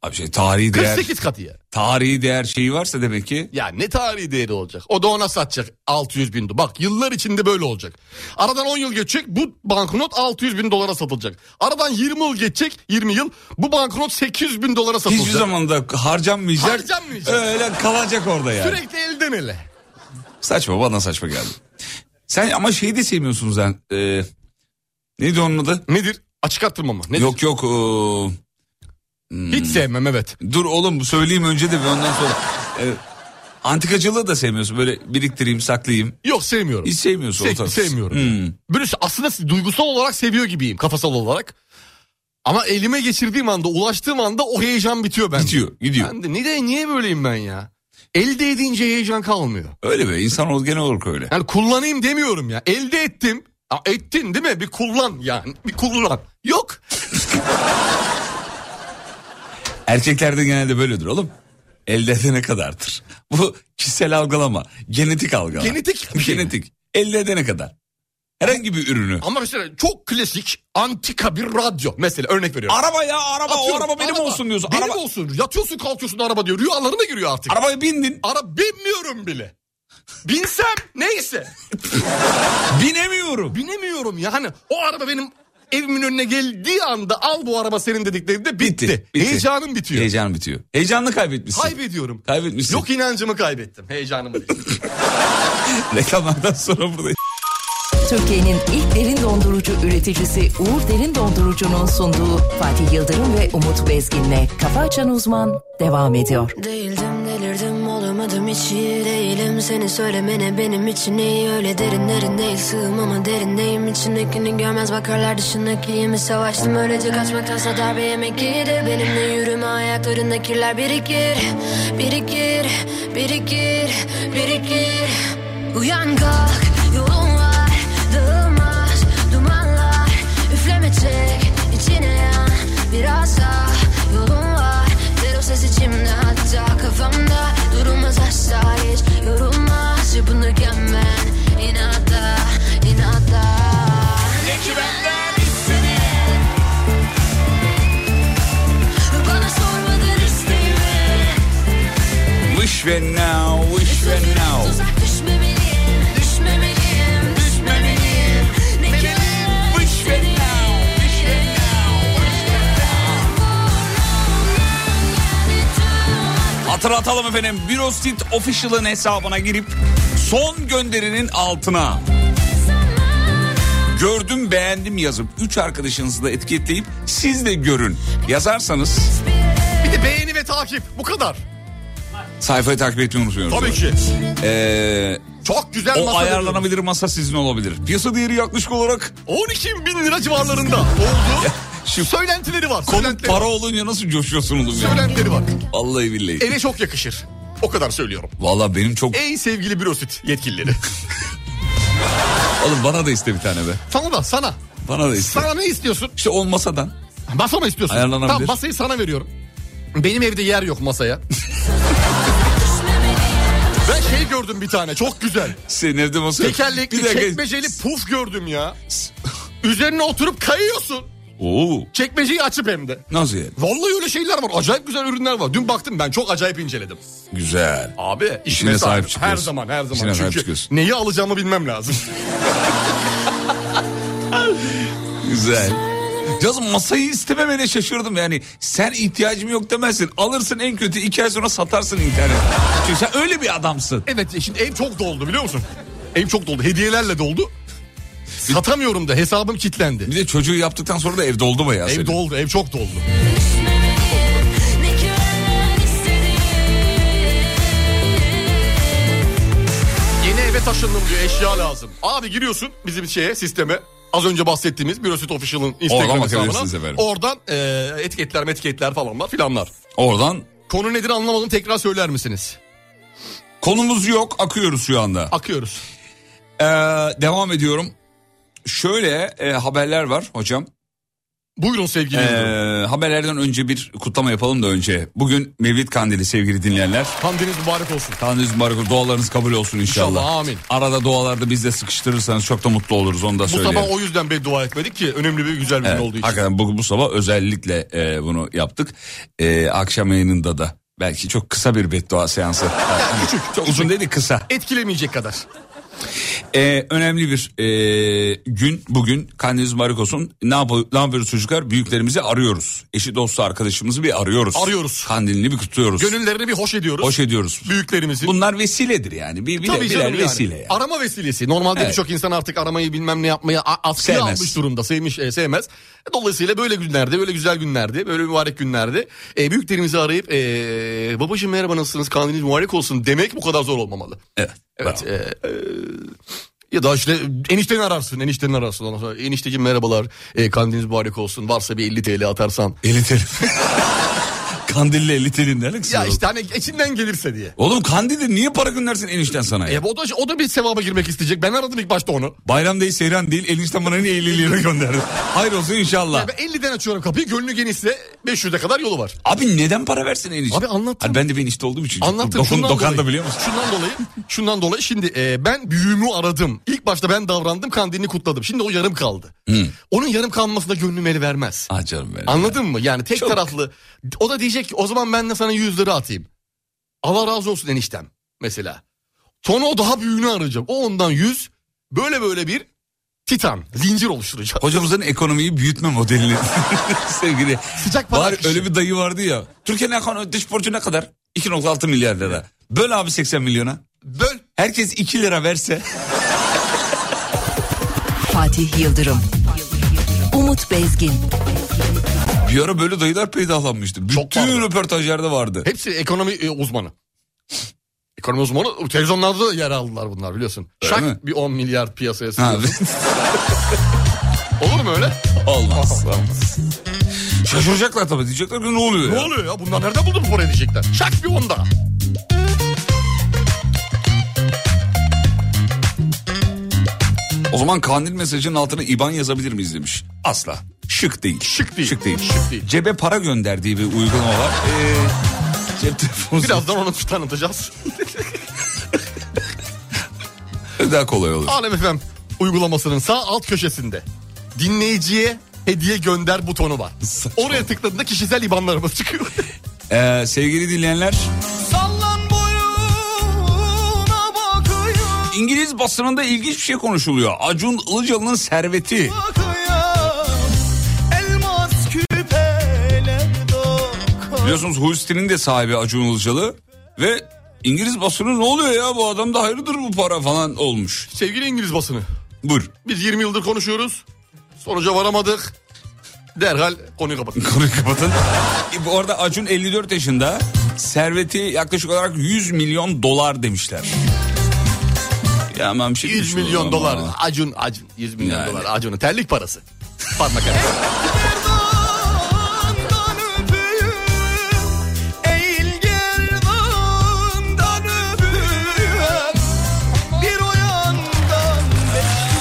S5: Abi şey tarihi değer,
S6: 48 katı ya.
S5: tarihi değer şeyi varsa demek ki
S6: Ya ne tarihi değeri olacak? O da ona satacak 600 bin dolar. Bak yıllar içinde böyle olacak. Aradan 10 yıl geçecek bu banknot 600 bin dolara satılacak. Aradan 20 yıl geçecek 20 yıl bu banknot 800 bin dolara satılacak.
S5: hiçbir zaman da harcanmayacak.
S6: Harcanmayacak.
S5: Öyle kalacak orada yani.
S6: Sürekli elden ele.
S5: Saçma bana saçma geldi. Sen ama şeyi de sevmiyorsun sen. Ee, neydi onun adı?
S6: Nedir? Açık arttırma mı? Nedir?
S5: Yok yok. ee,
S6: Hiç sevmem evet.
S5: Dur oğlum söyleyeyim önce de bir ondan sonra. Ee, antikacılığı da sevmiyorsun. Böyle biriktireyim saklayayım.
S6: Yok sevmiyorum.
S5: Hiç sevmiyorsun. o
S6: Se-
S5: tarz.
S6: Şey, sevmiyorum.
S5: Hmm.
S6: Böyle şey, aslında duygusal olarak seviyor gibiyim kafasal olarak. Ama elime geçirdiğim anda ulaştığım anda o heyecan bitiyor bende.
S5: Gidiyor gidiyor.
S6: Ben de, niye, niye böyleyim ben ya? Elde edince heyecan kalmıyor.
S5: Öyle be insan ol genel olarak öyle.
S6: Yani kullanayım demiyorum ya. Elde ettim. Ya ettin değil mi? Bir kullan yani. Bir kullan. Yok.
S5: Erkeklerde genelde böyledir oğlum. Elde edene kadardır. Bu kişisel algılama. Genetik algılama.
S6: Genetik bir şey mi?
S5: Genetik. Elde edene kadar. Herhangi bir ürünü.
S6: Ama mesela çok klasik antika bir radyo. Mesela örnek veriyorum.
S5: Araba ya araba o
S6: Atıyorum,
S5: araba benim olsun diyorsun.
S6: Benim
S5: araba,
S6: olsun. Yatıyorsun kalkıyorsun araba diyor. Rüyalarına giriyor artık. Araba,
S5: Arabaya bindin.
S6: binmiyorum bile. Binsem neyse.
S5: Binemiyorum.
S6: Binemiyorum ya. Hani o araba benim evimin önüne geldiği anda al bu araba senin dediklerinde bitti.
S5: Bitti, bitti.
S6: Heyecanım bitiyor.
S5: Heyecan bitiyor. Heyecanını kaybetmişsin.
S6: Kaybediyorum.
S5: Kaybetmişsin.
S6: Yok inancımı kaybettim. Heyecanımı.
S5: Reklamlardan sonra buradayız.
S9: Türkiye'nin ilk derin dondurucu üreticisi Uğur Derin Dondurucu'nun sunduğu Fatih Yıldırım ve Umut Bezgin'le Kafa Açan Uzman devam ediyor.
S10: Değildim delirdim olamadım hiç iyi değilim Seni söylemene benim için iyi öyle derin derin değil Sığım ama derindeyim içindekini görmez bakarlar dışındaki iyi mi Savaştım öylece kaçmaktansa darbe yemek iyidir Benimle yürüme ayaklarında kirler birikir Birikir, birikir, birikir Uyan kalk yolun var dağılmaz dumanlar Üfleme çek içine yan biraz daha yolun var Dero ses içimde hatta kafamda Durulmaz asla hiç yorulmaz Yapınırken ben inatla inatla Bana sormadan isteyimi
S5: Wish ve now, wish ve now.
S10: Tuzak düşmemeliyim Düşmemeliyim Düşmemeliyim Ne kere
S5: Wish ve now, wish ve now. Hatırlatalım efendim. Birostit Official'ın hesabına girip son gönderinin altına gördüm beğendim yazıp 3 arkadaşınızı da etiketleyip siz de görün yazarsanız
S6: Bir de beğeni ve takip bu kadar.
S5: sayfayı takip etmeyi unutmuyoruz.
S6: Tabii ki.
S5: Ee,
S6: Çok Çok güzel
S5: O
S6: masa
S5: ayarlanabilir masa sizin olabilir. Piyasa değeri yaklaşık olarak
S6: dönüyor. 12 bin lira civarlarında oldu.
S5: şu-
S6: Söylentileri var.
S5: konu
S6: Söylentileri,
S5: para olunca nasıl coşuyorsun oğlum ya?
S6: söylentileri var.
S5: Vallahi billahi.
S6: Ele çok yakışır. O kadar söylüyorum.
S5: Vallahi benim çok...
S6: Ey sevgili bürosit yetkilileri.
S5: Oğlum bana da iste bir tane be.
S6: sana da sana.
S5: Bana da iste.
S6: Sana ne istiyorsun?
S5: İşte o masadan.
S6: Masa mı istiyorsun?
S5: Ayarlanabilir.
S6: Tamam masayı sana veriyorum. Benim evde yer yok masaya. ben şey gördüm bir tane çok güzel.
S5: Senin evde masa yok.
S6: Tekerlekli
S5: Bir dakika.
S6: çekmeceli puf gördüm ya. Üzerine oturup kayıyorsun.
S5: Oo.
S6: Çekmeceyi açıp hem de.
S5: Nasıl yani?
S6: Vallahi öyle şeyler var. Acayip güzel ürünler var. Dün baktım ben çok acayip inceledim.
S5: Güzel.
S6: Abi
S5: İşine sahip
S6: Her
S5: çıkıyorsun.
S6: zaman her zaman.
S5: İşine sahip
S6: Çünkü
S5: çıkıyorsun.
S6: neyi alacağımı bilmem lazım.
S5: Güzel. Canım masayı istememene şaşırdım yani. Sen ihtiyacım yok demezsin. Alırsın en kötü iki ay sonra satarsın internet. Çünkü sen öyle bir adamsın.
S6: evet e şimdi ev çok doldu biliyor musun? Ev çok doldu. Hediyelerle doldu. Satamıyorum da hesabım kilitlendi.
S5: Bir de çocuğu yaptıktan sonra da evde oldu mu ya
S6: Ev
S5: senin?
S6: doldu, ev çok doldu.
S2: Ne güvenmen
S6: Yeni eve taşındım diyor, eşya lazım. Abi giriyorsun bizim şeye, sisteme. Az önce bahsettiğimiz Bürosit Official'ın Instagram
S5: Oradan
S6: hesabına.
S5: bakabilirsiniz efendim.
S6: Oradan e, etiketler, metiketler falanlar filanlar.
S5: Oradan
S6: Konu nedir anlamadım tekrar söyler misiniz?
S5: konumuz yok akıyoruz şu anda.
S6: Akıyoruz.
S5: Ee, devam ediyorum. Şöyle e, haberler var hocam.
S6: Buyurun sevgili ee...
S5: Ee, haberlerden önce bir kutlama yapalım da önce. Bugün Mevlid Kandili sevgili dinleyenler.
S6: Kandiliniz mübarek olsun.
S5: Tanrınız mübarek olsun, dualarınız kabul olsun inşallah.
S6: İnşallah, amin.
S5: Arada dualarda biz de sıkıştırırsanız çok da mutlu oluruz onu da
S6: Bu
S5: söyleyeyim.
S6: sabah o yüzden beddua etmedik ki önemli bir güzel bir gün
S5: Evet,
S6: olduğu için.
S5: Hakikaten bu, bu sabah özellikle e, bunu yaptık. E, akşam yayınında da belki çok kısa bir beddua seansı. Yani
S6: küçük,
S5: çok uzun değil de kısa.
S6: Etkilemeyecek kadar.
S5: E, önemli bir e, gün bugün Kandeniz Marikos'un ne, yapı- ne yapıyoruz çocuklar? Büyüklerimizi arıyoruz. Eşi dostu arkadaşımızı bir arıyoruz.
S6: Arıyoruz.
S5: Kandilini bir kutluyoruz.
S6: Gönüllerini bir hoş ediyoruz.
S5: Hoş ediyoruz.
S6: Büyüklerimizin.
S5: Bunlar vesiledir yani. Bir, bir
S6: Tabii
S5: birer
S6: canım yani.
S5: vesile. yani.
S6: Arama vesilesi. Normalde
S5: Evet.
S6: birçok insan artık aramayı bilmem ne yapmayı a- askıya
S5: Sevmez.
S6: almış durumda. Sevmiş, e, sevmez. Dolayısıyla böyle günlerde, böyle güzel günlerde, böyle mübarek günlerde e, büyüklerimizi arayıp e, babacığım merhaba nasılsınız, kandiliniz mübarek olsun demek bu kadar zor olmamalı.
S5: Evet.
S6: Evet.
S5: bravo.
S6: e, e, ya da işte enişteni ararsın, enişteni ararsın. Ondan sonra enişteciğim merhabalar, e, kandiliniz mübarek olsun. Varsa bir 50 TL atarsan.
S5: Eli telin. Kandilli eli telin ne alakası
S6: Ya
S5: var?
S6: işte hani içinden gelirse diye.
S5: Oğlum kandilde niye para göndersin enişten sana ya?
S6: E, o da o da bir sevaba girmek isteyecek. Ben aradım ilk başta onu.
S5: Bayram değil seyran değil enişten bana niye 50 lira gönderdi? Hayır olsun inşallah.
S6: Ben 50'den açıyorum kapıyı. Gönlü genişse 500'e kadar yolu var.
S5: Abi neden para versin enişte?
S6: Abi anlattım.
S5: Hani ben de bir enişte olduğum için.
S6: Anlattım.
S5: Dokun-
S6: şundan
S5: dokanda
S6: dolayı,
S5: biliyor musun?
S6: Şundan dolayı. Şundan dolayı şimdi e, ben büyüğümü aradım. İlk başta ben davrandım kandilini kutladım. Şimdi o yarım kaldı. Onun yarım kalmasına gönlüm el vermez.
S5: Ah canım benim.
S6: Anladın mı? Yani tek
S5: Çok.
S6: taraflı. O da diyecek ki o zaman ben de sana 100 lira atayım. Allah razı olsun eniştem mesela. Sonra o daha büyüğünü arayacağım. O ondan 100. Böyle böyle bir titan. Zincir oluşturacak.
S5: Hocamızın ekonomiyi büyütme modelini sevgili.
S6: Sıcak para
S5: Var
S6: akışı.
S5: öyle bir dayı vardı ya. Türkiye'nin ekonomi dış borcu ne kadar? 2.6 milyar lira. Böl abi 80 milyona.
S6: Böl.
S5: Herkes 2 lira verse.
S9: Fatih Yıldırım. Umut Bezgin.
S5: Bir ara böyle dayılar peydahlanmıştı.
S6: Çok
S5: Bütün
S6: vardı.
S5: röportajlarda vardı.
S6: Hepsi ekonomi e, uzmanı. Ekonomi uzmanı televizyonlarda da yer aldılar bunlar biliyorsun.
S5: Öyle
S6: Şak
S5: mi?
S6: bir 10 milyar piyasaya
S5: Ha,
S6: sürüyorsun. Olur mu öyle?
S5: olmaz. olmaz. Şaşıracaklar tabii diyecekler ki ne oluyor ya?
S6: Ne oluyor ya? Bunlar nereden buldu bu parayı diyecekler. Şak bir 10 daha.
S5: O zaman kandil mesajının altına IBAN yazabilir miyiz demiş. Asla. Şık değil.
S6: Şık değil.
S5: Şık değil.
S6: Şık değil.
S5: Cebe para gönder diye bir uygulama var. Ee, cep telefonu
S6: Birazdan onu tanıtacağız.
S5: daha kolay olur.
S6: Alem FM uygulamasının sağ alt köşesinde dinleyiciye hediye gönder butonu var.
S5: Saçma.
S6: Oraya tıkladığında kişisel ibanlarımız çıkıyor.
S5: Ee, sevgili dinleyenler. İngiliz basınında ilginç bir şey konuşuluyor. Acun Ilıcalı'nın serveti. Biliyorsunuz Hulusi'nin de sahibi Acun Ilıcalı. Ve İngiliz basını ne oluyor ya bu adam da hayırdır bu para falan olmuş.
S6: Sevgili İngiliz basını.
S5: Buyur.
S6: Biz 20 yıldır konuşuyoruz. Sonuca varamadık. Derhal konuyu kapatın.
S5: Konuyu kapatın. E, Bu arada Acun 54 yaşında. Serveti yaklaşık olarak 100 milyon dolar demişler. Tamam şimdi
S6: 100
S5: şey düşünüyorum
S6: milyon
S5: ama.
S6: dolar. Acun, Acun. 100 milyon
S5: Yani.
S6: dolar. Acun'un terlik parası. Parmak arası.
S3: Gerdandan öpeyim, eğil gerdandan öpeyim. Bir o yandan, beş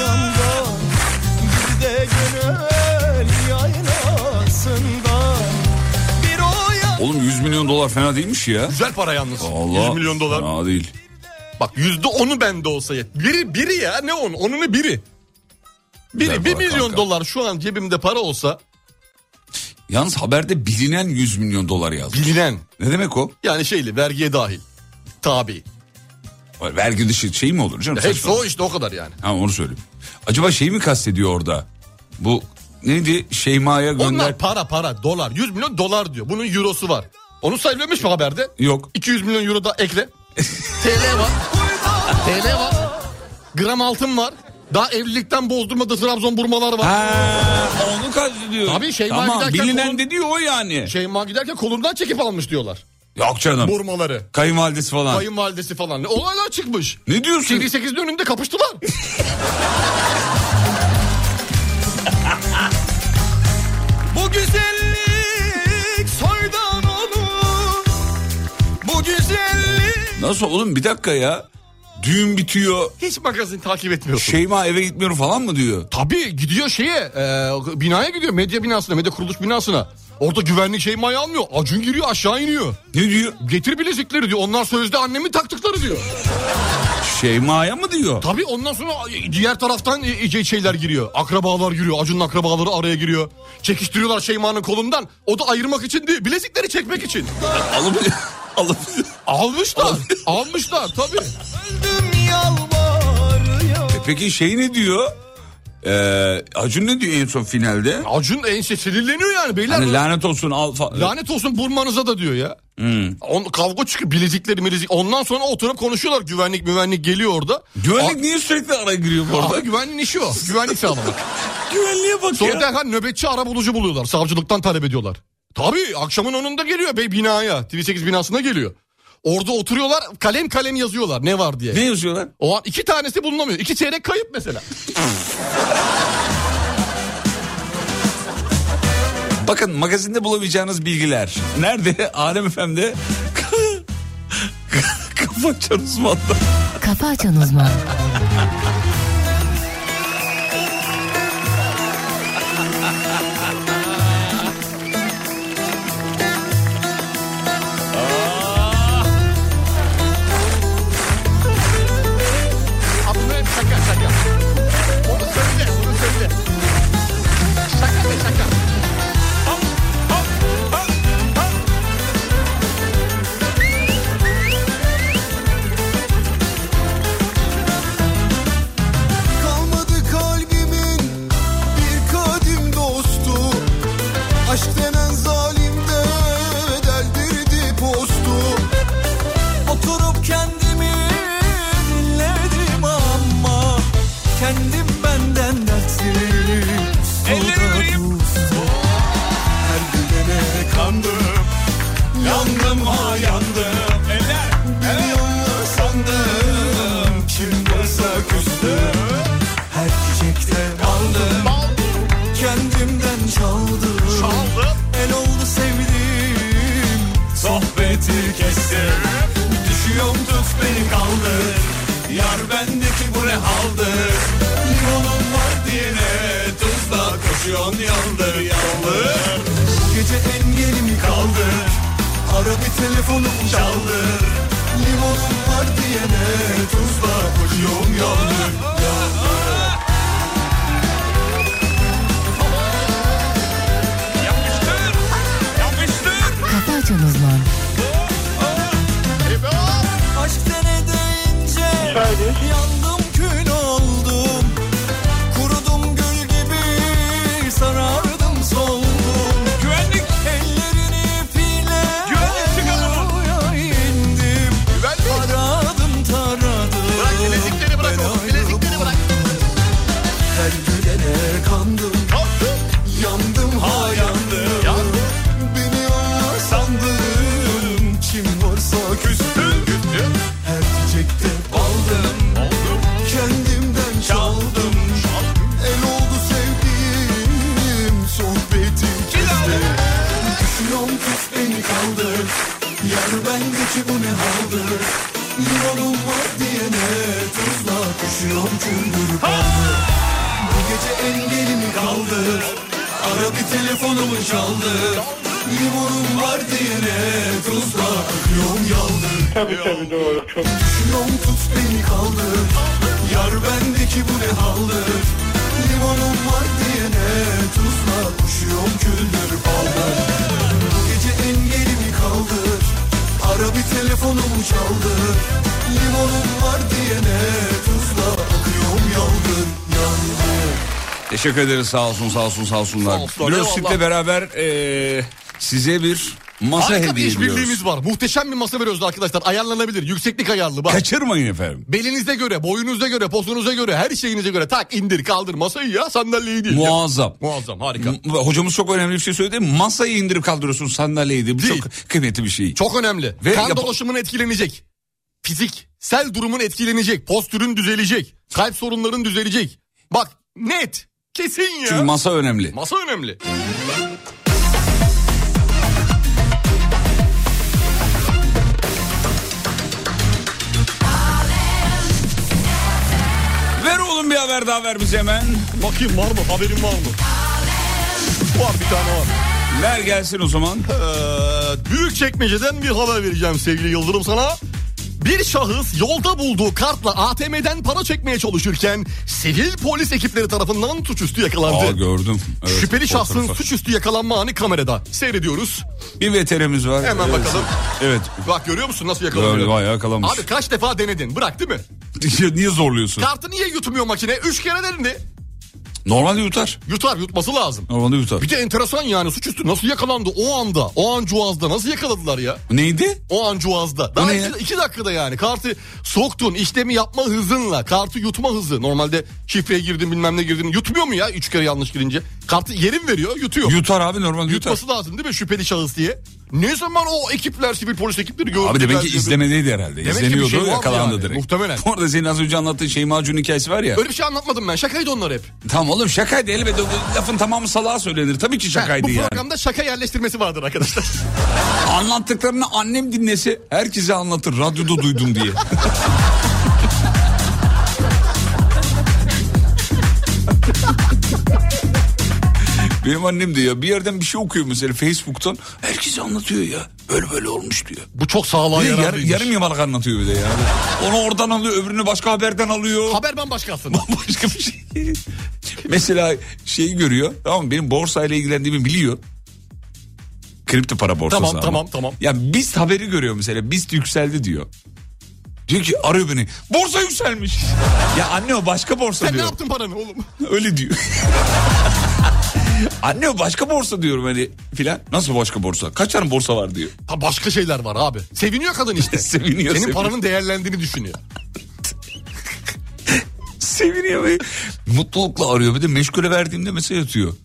S3: yandan, bir de gönül yaylasından. Bir o yandan.
S5: Oğlum 100 milyon dolar fena değilmiş ya.
S6: Güzel para yalnız.
S5: Allah.
S6: 100 milyon dolar.
S5: Fena değil.
S6: Bak yüzde onu bende olsa yet. Biri biri ya ne on? Onunu biri.
S5: Güzel
S6: Biri, 1
S5: para
S6: milyon
S5: kanka.
S6: dolar şu an cebimde para olsa
S5: Yalnız haberde bilinen 100 milyon dolar yazmış.
S6: bilinen
S5: Ne demek o?
S6: yani şeyli vergiye dahil tabi.
S5: Vergi dışı şey mi olur canım?
S6: Hepsi
S5: Saçma.
S6: o işte o kadar yani.
S5: Ha onu söyleyeyim. Acaba şeyi mi kastediyor orada? Bu neydi? Şeyma'ya gönder...
S6: Onlar para para dolar 100 milyon dolar diyor. Bunun eurosu var. Onu sayılıyormuş mu haberde?
S5: Yok.
S6: 200 milyon euro da ekle. TL var. TL var. Gram altın var. Daha evlilikten bozdurmadığı Trabzon burmalar var.
S5: Ha, onu kastediyor.
S6: Tabii, Şeyma
S5: Tamam
S6: giderken
S5: bilinen
S6: onun-
S5: de diyor o yani.
S6: Şeyma giderken kolundan çekip almış diyorlar.
S5: Yok canım.
S6: Burmaları.
S5: Kayınvalidesi falan.
S6: Kayınvalidesi falan. Olaylar çıkmış.
S5: Ne diyorsun?
S6: TV 8'in önünde kapıştılar.
S3: Bu güzellik soydan olur. Bu güzellik
S5: Nasıl oğlum bir dakika ya. Düğün bitiyor.
S6: Hiç magazin takip etmiyorsun.
S5: Şeyma eve gitmiyorum falan mı diyor.
S6: Tabii gidiyor şeye e, binaya gidiyor medya binasına medya kuruluş binasına. Orada güvenlik Şeyma'yı almıyor. Acun giriyor aşağı iniyor.
S5: Ne diyor?
S6: Getir bilezikleri diyor. Onlar sözde annemin taktıkları diyor.
S5: Şeyma'ya mı diyor?
S6: Tabii ondan sonra diğer taraftan iyice şeyler giriyor. Akrabalar giriyor. Acun'un akrabaları araya giriyor. Çekiştiriyorlar Şeyma'nın kolundan. O da ayırmak için değil. Bilezikleri çekmek için.
S5: alıp alıp
S6: Almışlar. almışlar tabii.
S3: öldüm yalvarıyor.
S5: Peki şey ne diyor? Ee, Acun ne diyor en son finalde?
S6: Acun ense sinirleniyor yani beyler.
S5: Hani lanet olsun alfa.
S6: Lanet olsun burmanıza da diyor ya.
S5: Hmm.
S6: On, kavga çıkıyor bilezikleri bilezik. Ondan sonra oturup konuşuyorlar. Güvenlik müvenlik geliyor orada.
S5: Güvenlik niye sürekli ara giriyor bu
S6: Orada
S5: arada?
S6: güvenliğin işi o. Güvenlik sağlamak.
S5: Güvenliğe bak
S6: Sonra
S5: ya.
S6: derhal nöbetçi ara bulucu buluyorlar. Savcılıktan talep ediyorlar. Tabii akşamın onunda geliyor bey binaya. TV8 binasına geliyor. Orada oturuyorlar kalem kalem yazıyorlar ne var diye.
S5: Ne yazıyorlar?
S6: O an iki tanesi bulunamıyor. İki çeyrek kayıp mesela.
S5: Bakın magazinde bulamayacağınız bilgiler. Nerede? Alem FM'de. Kafa açan uzmanlar.
S9: Kafa Açan Uzman.
S6: Abi bu hep şaka şaka. Onu söyle onu söyle. Şaka be şaka.
S3: Kalmadı kalbimin bir kadim dostu Aşk denen zalimde deldirdi postu Oturup kendimi dinledim ama Kendim benden dertliyim Elleri Her gülene kandım Yandım ha yandım Eller Dünyanı sandım Kim varsa küstüm Her çiçekte aldım Kendimden çaldım El oldu sevdiğim Sohbeti kestim Düşüyorum tut beni kaldır Yar bendeki bu ne haldır Limonum var diyene Tuzla koşuyorsun yandır yandır Gece engelimi kaldır Ara bir telefonum çaldır Limonum var diyene Tuzla koşuyorum yandır
S9: Kafa Açan Uzman.
S3: Aşkta ne deyince Yandım kül oldum Kurudum gül gibi Sarardım soldum Güvenlik Ellerini file
S6: Güvenlik çıkalım.
S3: Oraya indim
S6: Güvenlik.
S3: Aradım taradım
S6: Bırak bilezikleri bırak
S3: Ben
S6: oğlum, bilezikleri
S3: ayrılmam.
S6: bırak.
S3: tut beni kaldır Yar bendeki bu ne haldır Limonum var diyene tuzla Düşüyorum küldürüp aldı Bu gece engelimi kaldır Ara bir telefonumu çaldı Limonum var diyene tuzla Öpüyorum yaldır
S4: Tabii tabii doğru. Çok
S3: Düşüyorum tut beni kaldır Yar bendeki bu ne haldır Limonum var diyene tuzla Koşuyorum küldür baldır Bu gece engelimi kaldır Ara bir telefonumu çaldır Limonum var diyene tuzla Akıyorum yaldır yandır
S5: Teşekkür ederiz sağ olsun sağ olsun sağ olsunlar.
S6: Sağ olsunlar,
S5: Blue
S6: eyvallah.
S5: Seat'le beraber e, size bir masa
S6: Harika bir
S5: hediye ediyoruz.
S6: işbirliğimiz var. Muhteşem bir masa veriyoruz arkadaşlar. Ayarlanabilir. Yükseklik ayarlı bak.
S5: Kaçırmayın efendim.
S6: Belinize göre, boyunuza göre, posunuza göre, her şeyinize göre tak indir kaldır masayı ya sandalyeyi değil. ya.
S5: Muazzam.
S6: Muazzam harika.
S5: M- Hocamız çok önemli bir şey söyledi. Masayı indirip kaldırıyorsun sandalyeydi. Bu
S6: Değil.
S5: çok kıymetli bir şey.
S6: Çok önemli.
S5: Ve
S6: kan
S5: yap-
S6: dolaşımın etkilenecek. Fiziksel durumun etkilenecek. Postürün düzelecek. Kalp sorunların düzelecek. Bak net. Kesin ya.
S5: Çünkü masa önemli.
S6: Masa önemli.
S5: Ver oğlum bir haber daha ver bize hemen.
S6: Bakayım var mı? Haberin var mı? Var bir tane var.
S5: Ver gelsin o zaman.
S6: Ee, büyük çekmeceden bir haber vereceğim sevgili Yıldırım sana. Bir şahıs yolda bulduğu kartla ATM'den para çekmeye çalışırken sivil polis ekipleri tarafından suçüstü yakalandı.
S5: Aa gördüm. Evet,
S6: Şüpheli şahsın
S5: fotoğrafı.
S6: suçüstü yakalanma anı kamerada. Seyrediyoruz.
S5: Bir veterimiz var.
S6: Hemen
S5: Evet.
S6: bakalım.
S5: Evet.
S6: Bak görüyor musun nasıl
S5: Böyle
S6: yakalanıyor?
S5: bayağı yakalamış.
S6: Abi kaç defa denedin? Bırak değil mi?
S5: Niye zorluyorsun?
S6: Kartı niye yutmuyor makine? Üç kere denendi.
S5: Normalde yutar.
S6: Yutar yutması lazım.
S5: Normalde yutar.
S6: Bir de enteresan yani suçüstü nasıl yakalandı o anda? O an cuazda nasıl yakaladılar ya?
S5: Neydi?
S6: O an cuazda.
S5: ne
S6: Daha
S5: ya?
S6: iki, iki dakikada yani kartı soktun işlemi yapma hızınla kartı yutma hızı. Normalde şifreye girdin bilmem ne girdin yutmuyor mu ya üç kere yanlış girince? Kartı yerim veriyor yutuyor.
S5: Yutar abi normal yutar.
S6: Yutması lazım değil mi şüpheli şahıs diye? Ne zaman o ekipler sivil polis ekipleri gördü?
S5: Abi demek ki izlemedeydi herhalde.
S6: ki bir
S5: İzleniyordu
S6: şey var mı
S5: yakalandı
S6: yani?
S5: direkt.
S6: Muhtemelen.
S5: Bu arada senin az önce anlattığın şey macun hikayesi var ya.
S6: Öyle bir şey anlatmadım ben şakaydı onlar hep.
S5: Tamam oğlum şakaydı elbette. Bu Lafın tamamı salağa söylenir. Tabii ki şakaydı
S6: Bu
S5: yani.
S6: programda şaka yerleştirmesi vardır arkadaşlar.
S5: Anlattıklarını annem dinlese herkese anlatır. Radyoda duydum diye. Benim annem de ya bir yerden bir şey okuyor mesela Facebook'tan. Herkese anlatıyor ya. Böyle böyle olmuş diyor.
S6: Bu çok sağlığa
S5: Bir de yar-
S6: yararlıymış.
S5: yarım yamalak anlatıyor bir de ya. Onu oradan alıyor öbürünü başka haberden alıyor.
S6: Haber bambaşka aslında.
S5: Başka bir şey. Mesela şeyi görüyor. Tamam mı? benim borsayla ilgilendiğimi biliyor. Kripto para borsası
S6: Tamam,
S5: ama.
S6: tamam, tamam.
S5: Ya BIST haberi görüyor mesela. BIST yükseldi diyor. Diyor ki arıyor beni. Borsa yükselmiş. ya anne o başka borsa
S6: Sen ne
S5: diyor.
S6: yaptın paranı oğlum?
S5: Öyle diyor. anne o başka borsa diyorum hani filan. Nasıl başka borsa? Kaç tane borsa var diyor.
S6: Ha başka şeyler var abi. Seviniyor kadın işte.
S5: Seviniyor,
S6: Senin
S5: seviniyor.
S6: paranın değerlendiğini düşünüyor.
S5: Seviniyor ve mutlulukla arıyor. Bir de meşgule verdiğimde mesaj atıyor.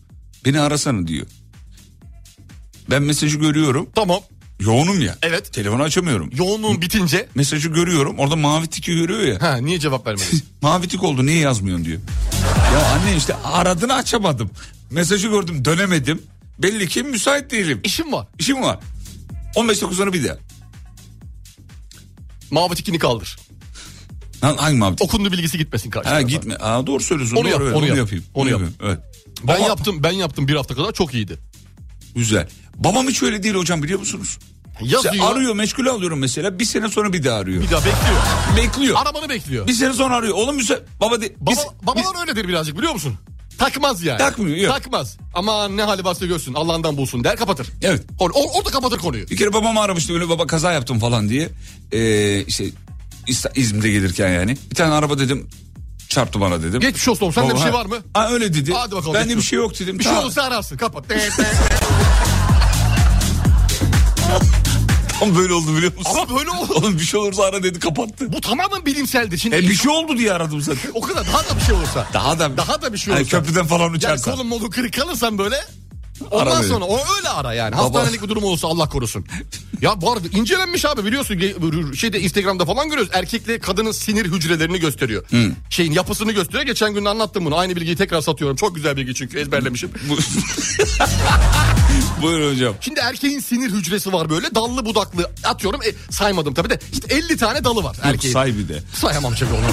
S5: Beni arasana diyor. Ben mesajı görüyorum.
S6: Tamam.
S5: Yoğunum ya.
S6: Evet.
S5: Telefonu açamıyorum.
S6: Yoğunluğun bitince
S5: Mesajı görüyorum. Orada mavi tiki görüyor ya.
S6: ha niye cevap vermedin?
S5: mavi tik oldu niye yazmıyorsun diyor. Ya anne işte aradığını açamadım. Mesajı gördüm dönemedim. Belli ki müsait değilim.
S6: İşim var.
S5: İşim var. 15 sonra bir de.
S6: Mavi tikini kaldır.
S5: Lan hangi mavi tik?
S6: Okundu bilgisi gitmesin karşı
S5: Ha
S6: tarafa.
S5: gitme. Aa, doğru söylüyorsun.
S6: Onu
S5: doğru,
S6: yap,
S5: evet,
S6: onu yap,
S5: yapayım.
S6: onu yap.
S5: yapayım, Evet.
S6: Ben
S5: Baba-
S6: yaptım ben yaptım bir hafta kadar çok iyiydi.
S5: Güzel. Babam hiç öyle değil hocam biliyor musunuz?
S6: Yazıyor.
S5: Sen arıyor meşgule alıyorum mesela bir sene sonra bir daha arıyor.
S6: Bir daha bekliyor.
S5: Bekliyor.
S6: Arabanı bekliyor.
S5: bir sene sonra arıyor. Oğlum müsa... Baba de...
S6: Baba,
S5: biz- biz-
S6: babalar öyledir birazcık biliyor musun? Takmaz yani.
S5: Takmıyor, yok.
S6: Takmaz. Ama ne hali varsa görsün Allah'ından bulsun der kapatır.
S5: Evet.
S6: Or, or, orada kapatır konuyu.
S5: Bir kere babam aramıştı öyle baba kaza yaptım falan diye. Ee, işte İsta- İzmir'de gelirken yani. Bir tane araba dedim çarptı bana dedim.
S6: Geçmiş olsun oğlum. Sende
S5: Baba,
S6: bir şey
S5: ha.
S6: var mı?
S5: Ha, öyle dedi.
S6: Hadi bakalım.
S5: Ben de bir
S6: geçmiş
S5: şey
S6: olsun.
S5: yok dedim.
S6: Bir şey
S5: Tamam.
S6: olursa ararsın kapat. ee.
S5: Tam böyle oldu biliyor musun?
S6: Ama böyle olur.
S5: Oğlum bir şey olursa ara dedi kapattı.
S6: Bu tamamen bilimseldir. Şimdi
S5: E bir şey oldu diye aradım zaten.
S6: o kadar daha da bir şey olursa.
S5: Daha da
S6: Daha da bir şey
S5: Hani
S6: olursa.
S5: köprüden falan
S6: Yani
S5: uçarsa.
S6: kolun molu kırık kalırsan böyle Ondan
S5: Ara beni.
S6: sonra o öyle ara yani.
S5: Baba-
S6: Hastanelik bir durum olursa Allah korusun. Ya bu arada incelenmiş abi biliyorsun ge- şeyde Instagram'da falan görüyoruz. Erkekle kadının sinir hücrelerini gösteriyor. Şeyin yapısını gösteriyor. Geçen gün de anlattım bunu. Aynı bilgiyi tekrar satıyorum. Çok güzel bilgi çünkü ezberlemişim.
S5: Bu... Buyurun hocam.
S6: Şimdi erkeğin sinir hücresi var böyle dallı budaklı atıyorum e, saymadım tabii de işte 50 tane dalı var
S5: Yok,
S6: erkeğin.
S5: say bir de.
S6: Sayamam tabii onu.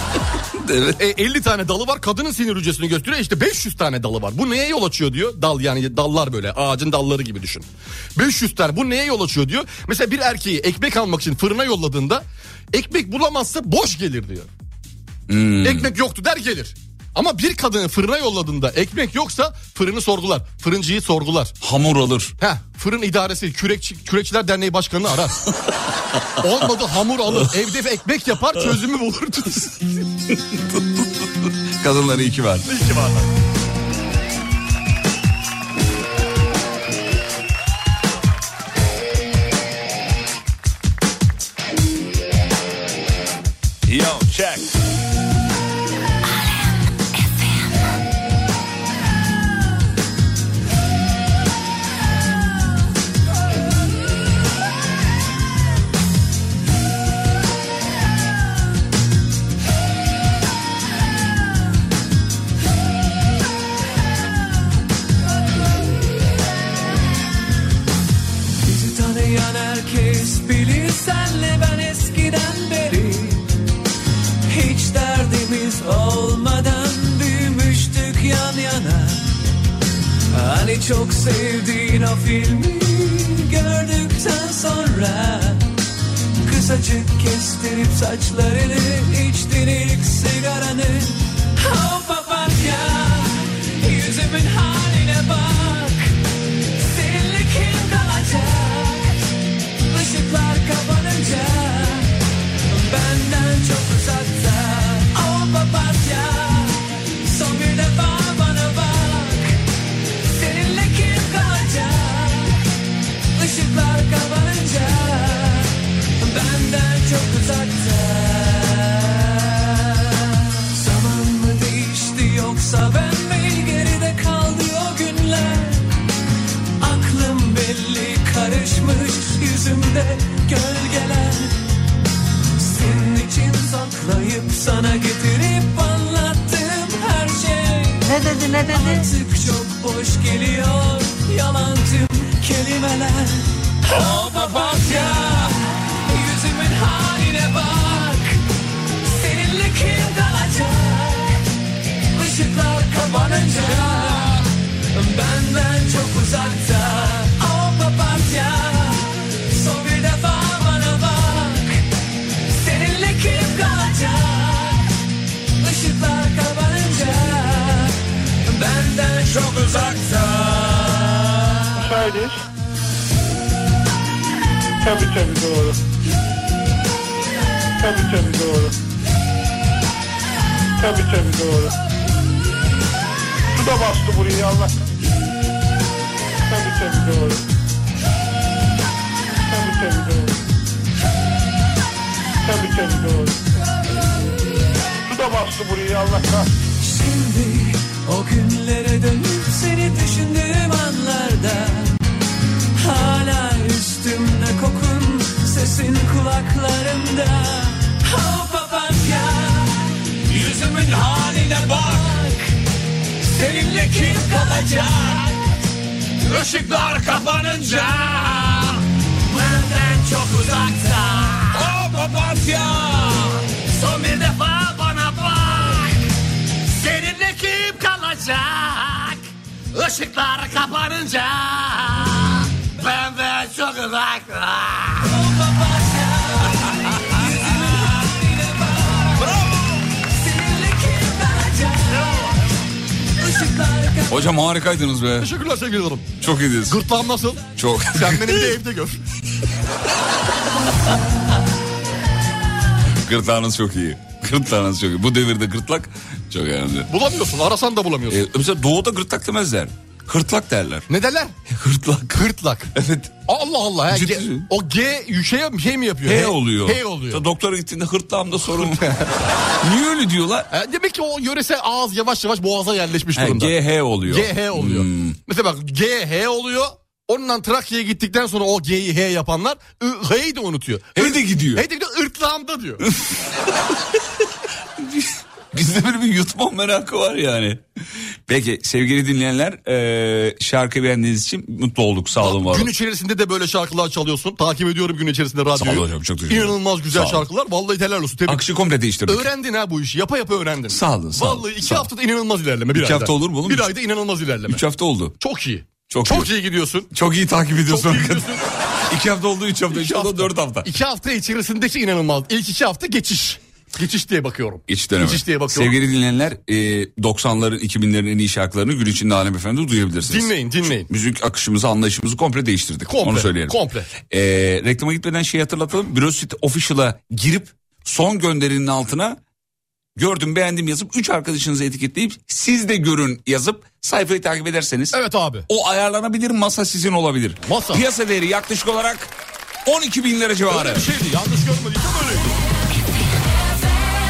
S6: E, 50 tane dalı var kadının sinir hücresini gösteriyor işte 500 tane dalı var. Bu neye yol açıyor diyor dal yani dallar böyle ağacın dalları gibi düşün. 500 tane bu neye yol açıyor diyor. Mesela bir erkeği ekmek almak için fırına yolladığında ekmek bulamazsa boş gelir diyor. Ekmek yoktu der gelir. Ama bir kadını fırına yolladığında ekmek yoksa fırını sorgular. Fırıncıyı sorgular.
S5: Hamur alır.
S6: Heh, fırın idaresi kürekçi, kürekçiler derneği başkanını arar. Olmadı hamur alır evde ekmek yapar çözümü bulur.
S5: Kadınları iki var. Yo check.
S2: Bizi tanıyan herkes bilir senle ben eskiden beri Hiç derdimiz olmadan büyümüştük yan yana Hani çok sevdiğin o filmi gördükten sonra Kısacık kestirip saçlarını içtin ilk sigaranı Oh papatya yüzümün haline bak Seninle kim kalacak? Işıklar kapanınca Benden çok uzakta Oh papatya Son bir defa bana bak Seninle kim kalacak? Işıklar kapanınca Benden çok uzakta Zaman mı değişti yoksa ben mi geride kaldı o günler Aklım belli karışmış yüzümde gölgeler Senin için saklayıp sana getirip anlattığım her şey
S1: Ne dedi ne dedi?
S2: Artık çok boş geliyor yalan tüm kelimeler Oh papatya yüzümün haline bak Seninle kim kalacak Işıklar kapanınca Benden çok uzakta Oh papatya Son bir defa bana bak Seninle kim kalacak Işıklar kapanınca Benden çok uzakta
S4: Şair. Tabii tabii doğru. Tabii tabii doğru. Tabii tabii doğru. Su da bastı burayı Allah. Tabii tabii doğru. Tabii tabii doğru. Tabii tabii doğru. Su da bastı burayı Allah kahretsin.
S2: Şimdi o günlere dönüp seni düşündüğüm anlarda Hala üstümde kokun sesin kulaklarımda Oh papatya yüzümün haline bak Seninle kim kalacak Işıklar kapanınca Benden çok uzakta Oh papatya Son bir defa bana bak Seninle kim kalacak? Işıklar kapanınca ben de çok uzakta.
S5: Hocam harikaydınız be.
S6: Teşekkürler sevgili hanım.
S5: Çok iyiydiniz.
S6: Gırtlağım nasıl?
S5: Çok.
S6: Sen benim de evde gör.
S5: Gırtlağınız çok iyi. Gırtlağınız çok iyi. Bu devirde gırtlak çok önemli.
S6: Bulamıyorsun arasan da
S5: Ee,
S6: bulamıyorsun.
S5: mesela doğuda gırtlak demezler. Hırtlak derler.
S6: Ne derler?
S5: E, Hırtlak.
S6: Hırtlak.
S5: Evet.
S6: Allah Allah. Ya.
S5: Ciddi
S6: Ge-
S5: misin?
S6: o G şey, şey mi yapıyor?
S5: H oluyor.
S6: H oluyor.
S5: Ta doktora gittiğinde hırtlağımda sorun. Niye öyle diyorlar?
S6: E, Demek ki o yörese ağız yavaş yavaş boğaza yerleşmiş
S5: He,
S6: durumda.
S5: GH oluyor. Hmm.
S6: GH oluyor. Mesela bak GH oluyor. Ondan Trakya'ya gittikten sonra o G'yi H yapanlar I- H'yi de unutuyor.
S5: He de gidiyor.
S6: H de gidiyor ırtlağımda diyor.
S5: Bizde böyle bir yutma merakı var yani. Peki sevgili dinleyenler e, şarkı beğendiğiniz için mutlu olduk sağ olun var olun.
S6: Gün içerisinde de böyle şarkılar çalıyorsun. Takip ediyorum gün içerisinde radyoyu.
S5: olun hocam, çok teşekkür ederim.
S6: İnanılmaz güzel
S5: Sağ olun.
S6: şarkılar. Vallahi helal olsun. Tebrik.
S5: Akışı komple değiştirdik.
S6: öğrendin ha bu işi. Yapa yapa öğrendin.
S5: Sağ olun, sağ olun,
S6: Vallahi iki
S5: sağ olun.
S6: haftada inanılmaz ilerleme. Bir
S5: İki
S6: ayda.
S5: hafta olur mu oğlum?
S6: Bir
S5: Üç-
S6: ayda inanılmaz ilerleme.
S5: 3 hafta oldu.
S6: Çok iyi.
S5: Çok
S6: Çok iyi gidiyorsun.
S5: Çok iyi takip ediyorsun.
S6: Çok iyi
S5: hakikaten. İki hafta oldu üç hafta.
S6: İki
S5: Üç hafta dört hafta.
S6: İki hafta içerisindeki inanılmaz. İlk iki hafta geçiş. Geçiş diye bakıyorum.
S5: Geçiş dönemi.
S6: Geçiş diye bakıyorum.
S5: Sevgili dinleyenler e, 90'ların 2000'lerin en iyi şarkılarını gün içinde Alem Efendi duyabilirsiniz.
S6: Dinleyin dinleyin.
S5: Müzik akışımızı anlayışımızı komple değiştirdik.
S6: Komple,
S5: Onu söyleyelim.
S6: komple.
S5: E, reklama gitmeden şey hatırlatalım. Brosite Official'a girip son gönderinin altına gördüm beğendim yazıp üç arkadaşınızı etiketleyip siz de görün yazıp sayfayı takip ederseniz
S6: Evet abi.
S5: o ayarlanabilir masa sizin olabilir.
S6: Masa.
S5: Piyasa değeri yaklaşık olarak 12 bin lira civarı.
S6: Öyle bir şey. şeydi. Yanlış görmediysem öyleydi.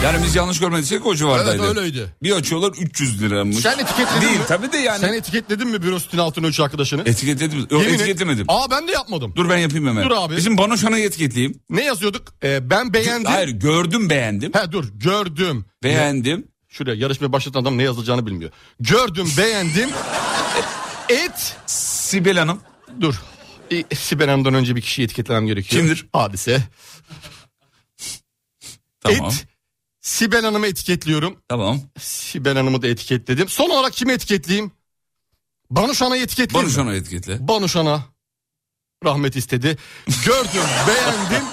S5: Yani biz yanlış görmediysek o civardaydı.
S6: Evet, öyleydi.
S5: Bir açıyorlar 300 liramış.
S6: Sen etiketledin
S5: Değil
S6: mi?
S5: tabii de yani.
S6: Sen etiketledin mi bürositün altına üç arkadaşını?
S5: Etiketledim. Yok
S6: Yemin et-
S5: etiketlemedim.
S6: Aa ben de yapmadım.
S5: Dur ben yapayım hemen.
S6: Dur abi.
S5: Bizim Banoşan'a etiketleyeyim.
S6: Ne yazıyorduk? Ee, ben beğendim.
S5: Hayır gördüm beğendim.
S6: He dur gördüm.
S5: Beğendim.
S6: Şuraya yarışmaya başlatan adam ne yazılacağını bilmiyor. Gördüm beğendim. Et.
S5: Sibel Hanım.
S6: Dur. E, Sibel Hanım'dan önce bir kişiyi etiketlemem gerekiyor.
S5: Kimdir?
S6: Hadise.
S5: Tamam.
S6: Et. Sibel Hanım'ı etiketliyorum.
S5: Tamam.
S6: Sibel Hanım'ı da etiketledim. Son olarak kimi etiketleyeyim? Banuşana'yı etiketleyeyim. mi?
S5: Banoşan'a etiketle.
S6: Banuşan'a rahmet istedi. Gördüm, beğendim.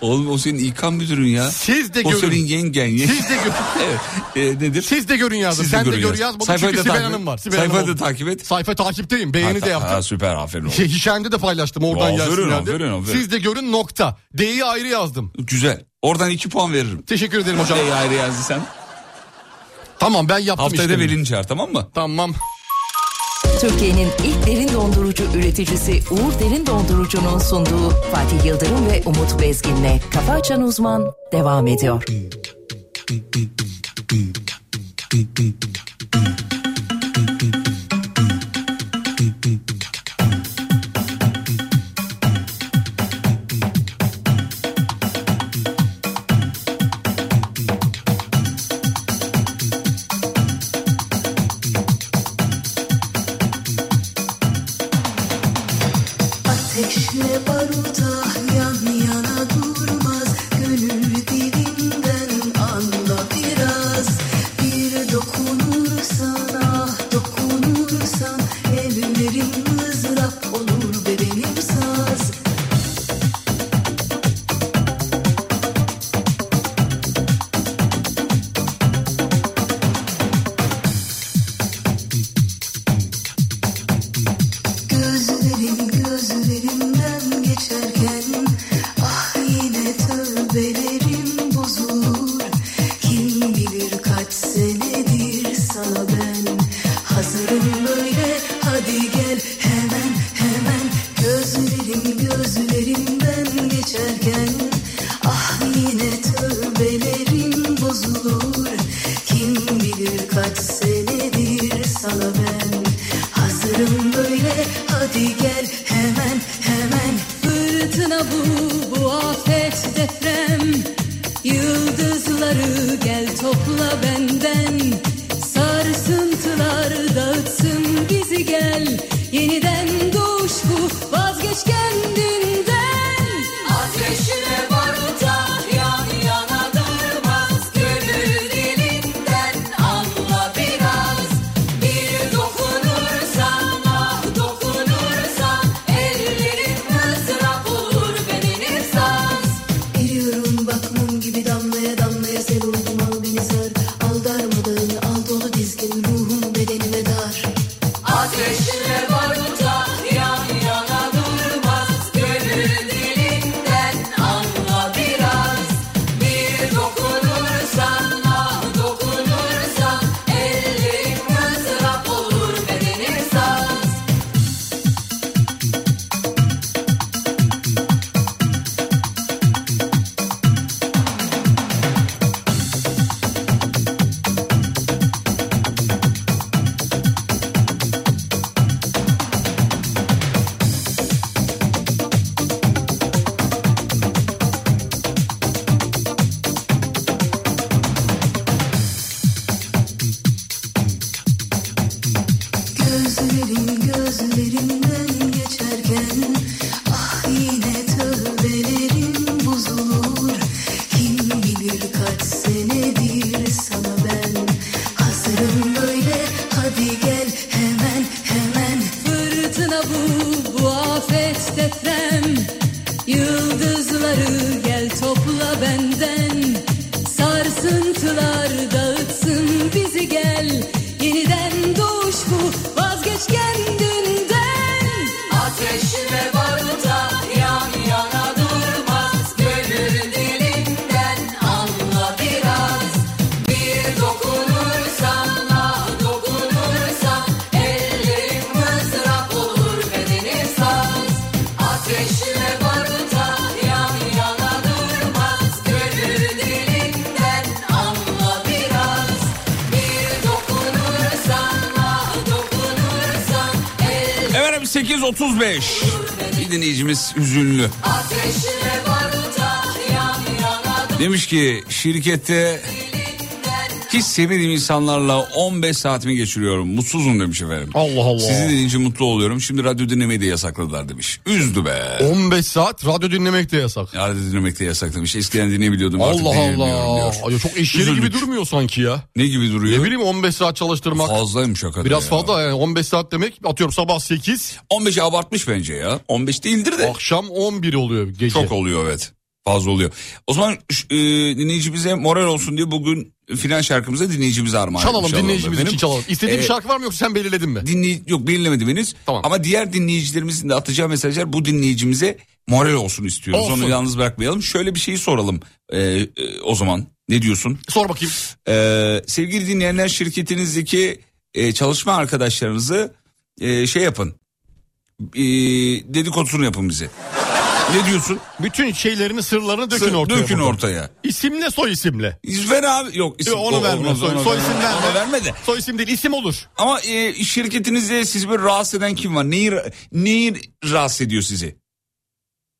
S5: Oğlum o senin İK müdürün ya.
S6: Siz de
S5: O
S6: görün.
S5: senin yengen.
S6: Siz de görün.
S5: evet. E, nedir?
S6: Siz de görün yazdım.
S5: Siz
S6: Sen de görün
S5: yaz.
S6: yaz. Bunun
S5: Sayfayı
S6: çünkü
S5: da
S6: Sibel
S5: takip-
S6: Hanım var. Sibel
S5: Sayfayı
S6: Hanım
S5: da
S6: oldu.
S5: takip et.
S6: Sayfa takipteyim. Beğeni de
S5: Ha,
S6: yaptım.
S5: ha, süper aferin oğlum.
S6: Şey, Hişam'de de paylaştım oradan
S5: Aferin,
S6: gelsin diye.
S5: aferin, aferin.
S6: Siz de görün nokta. D'yi ayrı yazdım.
S5: Güzel. Oradan 2 puan veririm.
S6: Teşekkür ederim hocam.
S5: Ey ayrı yazdı sen.
S6: Tamam ben yaptım
S5: Haftaya da
S6: işlemi.
S5: belini çağır tamam mı?
S6: Tamam.
S9: Türkiye'nin ilk derin dondurucu üreticisi Uğur Derin Dondurucu'nun sunduğu Fatih Yıldırım ve Umut Bezgin'le Kafa Açan Uzman devam ediyor.
S8: Ateşle baruta yan yana durmaz Gönül dilinden anla biraz Bir dokunursan ah dokunursan Ellerim mızrap olur bedenim saz Gözlerin gözlerimden geçerken Ah yine tövbelerim bozulur Kim bilir kaç senedir sana ben Hazırım böyle hadi gel hemen hemen Gözlerin gözlerimden geçerken Ah yine tövbelerim bozulur Kim bilir kaç senedir sana ben Hazırım böyle hadi gel hemen hemen Fırtına bu bu afet deprem Yıldızları gel topla benden Sarsıntılar dağıtsın bizi gel Yeniden doğuş bu vazgeç kendinden Ateşine baruta yan yana durmaz Gönül dilinden anla biraz Bir dokunursan ah dokunursan
S2: ah
S11: ah
S1: fırtına bu, bu afet deprem Yıldızları gel topla benden Sarsıntılar dağıtsın bizi gel Yeniden doğuş bu, vazgeç kendinden Ateş ve bardak yan yana durmaz Gönül dilinden anla biraz bir dokunursan, ah dokunursan Ellerim mızrap olur bedenim saz Ateşle barda yan yana durmaz Gönül dilinden anla biraz Bir dokunursan, ah dokunursan Ellerim
S5: Efendim 8.35. Bir dinleyicimiz hüzünlü.
S1: ateşle barda yan yana
S5: Demiş ki şirkette hiç sevmediğim insanlarla 15 saatimi geçiriyorum. Mutsuzum demiş efendim.
S6: Allah Allah.
S5: Sizi deyince mutlu oluyorum. Şimdi radyo dinlemeyi de yasakladılar demiş. Üzdü be.
S6: 15 saat radyo dinlemek de yasak.
S5: Radyo dinlemek de yasak demiş. Eskiden dinleyebiliyordum artık
S6: Allah
S5: dinleyemiyorum
S6: Allah.
S5: diyor.
S6: Ay, çok iş yeri gibi
S5: Üzüldük.
S6: durmuyor sanki ya.
S5: Ne gibi duruyor?
S6: Ne bileyim 15 saat çalıştırmak.
S5: Fazlaymış hakikaten
S6: Biraz
S5: ya.
S6: fazla yani 15 saat demek atıyorum sabah 8
S5: 15'i abartmış bence ya. 15 değildir de.
S6: akşam 11 oluyor gece.
S5: Çok oluyor evet. Fazla oluyor. O zaman ş- e, dinleyicimize moral olsun diye bugün final şarkımıza dinleyicimize armağan
S6: Çalalım
S5: etmiş olalım
S6: dinleyicimiz
S5: efendim.
S6: için çalalım. İstediğin
S5: Ee,
S6: bir şarkı var mı yoksa sen belirledin mi?
S5: Dinley yok belirlemedim henüz.
S6: Tamam.
S5: Ama diğer dinleyicilerimizin de atacağı mesajlar bu dinleyicimize moral olsun istiyoruz.
S6: Olsun.
S5: Onu yalnız bırakmayalım. Şöyle bir şeyi soralım e, e, o zaman. Ne diyorsun?
S6: Sor bakayım.
S5: Ee, sevgili dinleyenler şirketinizdeki e, çalışma arkadaşlarınızı e, şey yapın. E, dedikodusunu yapın bize. Ne diyorsun?
S6: Bütün şeylerini sırlarını dökün
S5: Sı-
S6: ortaya.
S5: Dökün
S6: buradan.
S5: ortaya.
S6: İsimle soy isimle.
S5: Ver abi. Yok isim,
S6: Yok, onu
S5: o-
S6: verme.
S5: olmaz,
S6: soy,
S5: onu
S6: soy
S5: verme.
S6: isim verme.
S5: Onu verme de.
S6: Soy isim değil isim olur.
S5: Ama e, şirketinizde sizi böyle rahatsız eden kim var? Neyi, ra- neyi rahatsız ediyor sizi?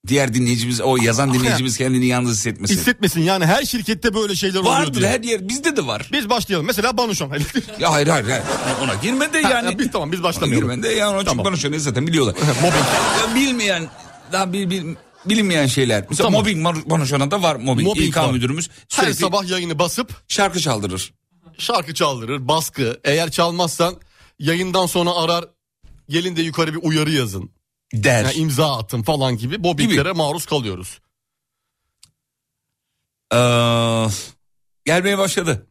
S5: Diğer dinleyicimiz o yazan dinleyicimiz kendini yalnız hissetmesin.
S6: Hissetmesin yani her şirkette böyle şeyler oluyor
S5: Vardır
S6: diye.
S5: her yer bizde de var.
S6: Biz başlayalım. Mesela Banuşan.
S5: Ya hayır hayır, hayır. ona girme de yani.
S6: yani... biz, tamam biz
S5: Ona
S6: başlamayalım.
S5: girme de yani ona
S6: Tamam.
S5: çok konuşuyor zaten biliyorlar.
S6: Mobbing.
S5: Ya bilmeyen daha bil, bil- bilinmeyen şeyler. Mesela
S6: Tamam.
S5: mobbing mar- konuşana da var mobbing.
S6: Mobbing
S5: İK
S6: var.
S5: müdürümüz
S6: Her
S5: sürekli
S6: sabah yayını basıp
S5: şarkı çaldırır.
S6: şarkı çaldırır, baskı. Eğer çalmazsan yayından sonra arar. Gelin de yukarı bir uyarı yazın.
S5: Der.
S6: Yani imza atın falan gibi bobiklere maruz kalıyoruz.
S5: Ee, gelmeye başladı.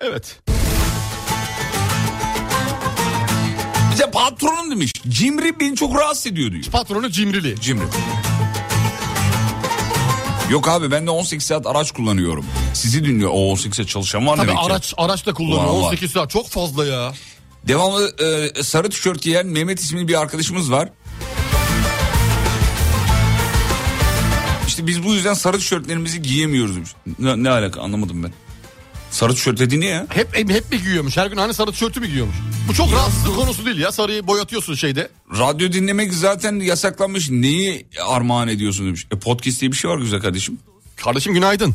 S6: Evet.
S5: Bize patronum demiş. Cimri beni çok rahatsız ediyor diyor.
S6: Patronu cimrili.
S5: Cimri. Yok abi ben de 18 saat araç kullanıyorum. Sizi dinliyor. O 18 saat çalışan var
S6: Tabii
S5: demek ki.
S6: araç araçla kullanıyor.
S5: Ulan var.
S6: 18 saat çok fazla ya.
S5: Devamlı e, sarı tişört giyen Mehmet isimli bir arkadaşımız var. İşte biz bu yüzden sarı tişörtlerimizi giyemiyoruz demiş. Ne, ne alaka anlamadım ben. Sarı tişört dedi ne ya?
S6: Hep hep mi giyiyormuş? Her gün hani sarı tişörtü mü giyiyormuş? Bu çok rahatsızlık konusu değil ya. Sarıyı boyatıyorsun şeyde.
S5: Radyo dinlemek zaten yasaklanmış. Neyi armağan ediyorsun demiş. E, podcast diye bir şey var güzel kardeşim.
S6: Kardeşim günaydın.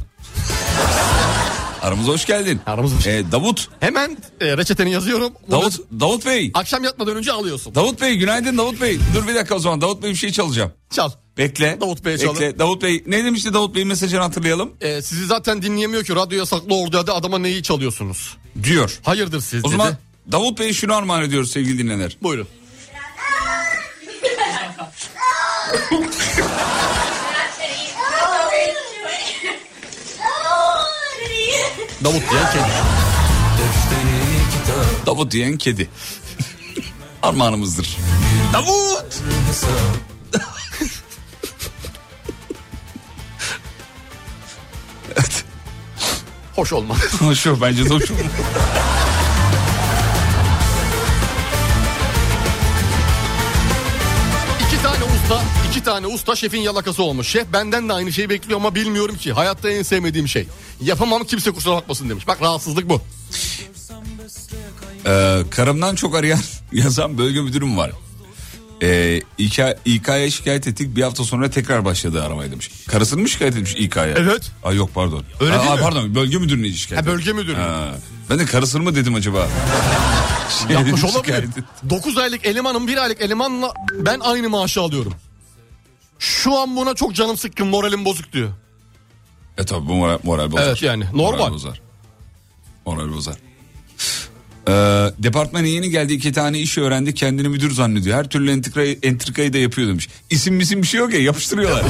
S5: Aramıza hoş geldin.
S6: Aramıza hoş-
S5: E, Davut.
S6: Hemen e, reçeteni yazıyorum. Bunu
S5: Davut, Davut Bey.
S6: Akşam yatmadan önce alıyorsun.
S5: Davut Bey günaydın Davut Bey. Dur bir dakika o zaman Davut Bey bir şey çalacağım.
S6: Çal.
S5: Bekle.
S6: Davut Bey'e
S5: Bekle.
S6: çalın.
S5: Davut Bey ne demişti Davut Bey'in mesajını hatırlayalım.
S6: E, sizi zaten dinleyemiyor ki radyo yasaklı orada da adama neyi çalıyorsunuz?
S5: Diyor.
S6: Hayırdır siz
S5: O
S6: dedi.
S5: zaman Davut Bey'e şunu armağan ediyoruz sevgili dinleyenler.
S6: Buyurun. Davut diye kedi.
S5: Davut diyen kedi. Armağanımızdır. Davut!
S6: Hoş olma.
S5: Konuşuyor bence de hoş oldu.
S6: iki tane usta, iki tane usta şefin yalakası olmuş. Şef benden de aynı şeyi bekliyor ama bilmiyorum ki. Hayatta en sevmediğim şey. Yapamam kimse kusura bakmasın demiş. Bak rahatsızlık bu.
S5: Ee, karımdan çok arayan yazan bölge müdürüm var. Ee, İK, İK'ya şikayet ettik bir hafta sonra tekrar başladı aramaya demiş. Karısını mı şikayet etmiş İK'ya?
S6: Evet.
S5: Ay yok pardon.
S6: Öyle
S5: Aa,
S6: değil mi?
S5: Pardon bölge müdürüne şikayet
S6: Ha,
S5: etmiş.
S6: bölge müdürü.
S5: Ha, ben de karısını mı dedim acaba? Şey
S6: Yapmış
S5: dedim,
S6: olabilir.
S5: şikayet et.
S6: 9 aylık elemanım 1 aylık elemanla ben aynı maaşı alıyorum. Şu an buna çok canım sıkkın moralim bozuk diyor.
S5: E tabi bu moral, moral bozar.
S6: Evet, yani normal.
S5: Moral bozar. Moral bozar. Ee, departmana yeni geldi iki tane iş öğrendi kendini müdür zannediyor. Her türlü entrika, entrikayı da yapıyor demiş. İsim misim bir şey yok ya yapıştırıyorlar.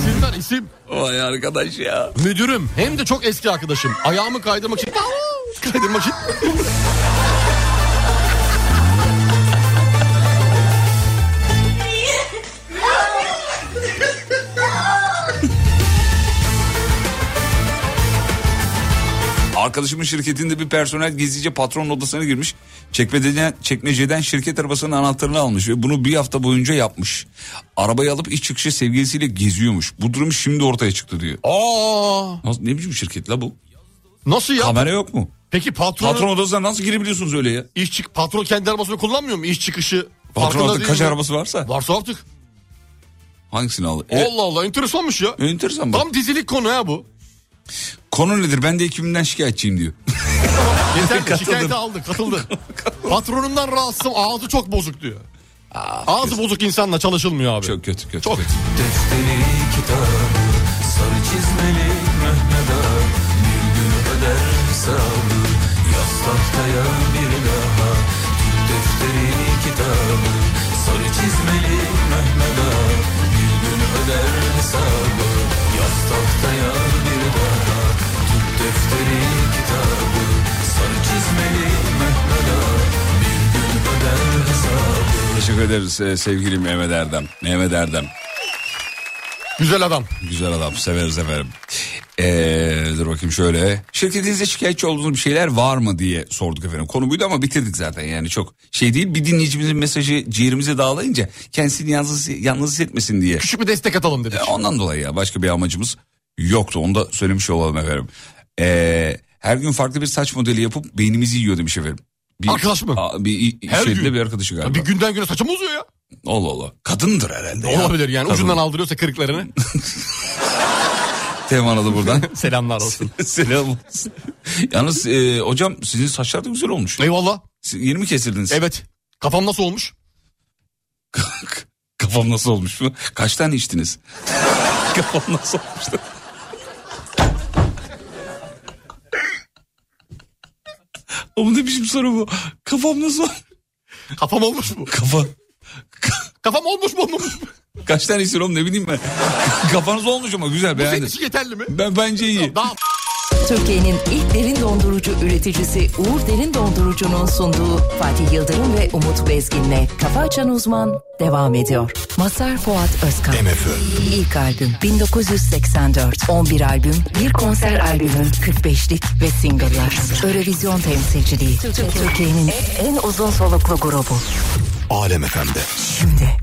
S6: İsimler isim.
S5: Vay arkadaş ya.
S6: Müdürüm hem de çok eski arkadaşım. Ayağımı kaydırmak için... kaydırmak için...
S5: Arkadaşımın şirketinde bir personel gizlice patronun odasına girmiş. Çekmeceden, çekmeceden şirket arabasının anahtarını almış ve bunu bir hafta boyunca yapmış. Arabayı alıp iş çıkışı sevgilisiyle geziyormuş. Bu durum şimdi ortaya çıktı diyor.
S6: Aa,
S5: Nasıl, ne biçim şirket la bu?
S6: nasıl ya?
S5: Kamera yok mu?
S6: Peki patron,
S5: Patron odasına nasıl girebiliyorsunuz öyle ya?
S6: iş çık patron kendi arabasını kullanmıyor mu? İş çıkışı.
S5: Patron
S6: farkında
S5: odasında
S6: değil
S5: kaç
S6: mi?
S5: arabası varsa
S6: Varsa artık.
S5: hangisini alır? Evet.
S6: Allah Allah enteresanmış ya.
S5: Enteresan bak.
S6: Tam dizilik konu ha bu.
S5: Konu nedir? Ben de ekibimden şikayetçiyim diyor.
S6: Yeter
S5: Katıldım.
S6: şikayeti aldı katıldı. Patronumdan rahatsızım ağzı çok bozuk diyor. ağzı bozuk insanla çalışılmıyor abi.
S5: Çok kötü kötü.
S6: Çok.
S5: kötü.
S3: Defteri kitap Sarı çizmeli Mehmet Ağa Bir gün öder hesabı Yaz tahtaya bir daha Tut defteri kitabı Sarı çizmeli Mehmet Ağa Bir gün öder hesabı Yaz tahtaya bir daha Tut defteri kitabı Sarı çizmeli Mehmet Ağa Bir gün öder hesabı
S5: Teşekkür ederiz e, sevgili Mehmet Erdem. Mehmet Erdem.
S6: Güzel adam.
S5: Güzel adam severiz efendim. Ee, dur bakayım şöyle. Şirketinizde şikayetçi olduğunuz bir şeyler var mı diye sorduk efendim. Konu buydu ama bitirdik zaten yani çok şey değil. Bir dinleyicimizin mesajı ciğerimize dağlayınca kendisini yalnız, yalnız hissetmesin diye.
S6: Küçük bir destek atalım dedik.
S5: Ee, Ondan dolayı ya başka bir amacımız yoktu onu da söylemiş olalım efendim. Ee, her gün farklı bir saç modeli yapıp beynimizi yiyor demiş efendim. Bir,
S6: Arkadaş mı?
S5: Aa, bir i- iş
S6: Her
S5: yerinde
S6: gün.
S5: bir arkadaşı galiba.
S6: bir günden güne saçım uzuyor ya.
S5: Allah Allah. Kadındır herhalde. ya.
S6: Olabilir yani
S5: Kadın.
S6: ucundan aldırıyorsa kırıklarını.
S5: Teman adı buradan.
S6: Selamlar olsun.
S5: Selam olsun. Yalnız e, hocam sizin saçlar da güzel olmuş.
S6: Eyvallah.
S5: Siz Yeni mi kestirdiniz?
S6: Evet. Kafam nasıl olmuş?
S5: Kafam nasıl olmuş mu? Kaç tane içtiniz? Kafam nasıl olmuştu? Ama ne biçim soru bu? Kafam nasıl olmuş?
S6: Kafam olmuş mu?
S5: Kafa.
S6: Kafam olmuş mu olmamış mı?
S5: Kaç tane içtin oğlum ne bileyim ben. Kafanız olmuş ama güzel
S6: Bu senin
S5: beğendim.
S6: için yeterli mi?
S5: Ben bence iyi.
S6: Daha
S9: Türkiye'nin ilk derin dondurucu üreticisi Uğur Derin Dondurucu'nun sunduğu Fatih Yıldırım ve Umut Bezgin'le Kafa Açan Uzman devam ediyor. Mazhar Fuat Özkan. İlk albüm 1984. 11 albüm, bir konser albümü, 45'lik ve single'lar. Eurovision temsilciliği. Türkiye'nin en uzun soluklu grubu.
S11: Alem FM'de.
S9: Şimdi.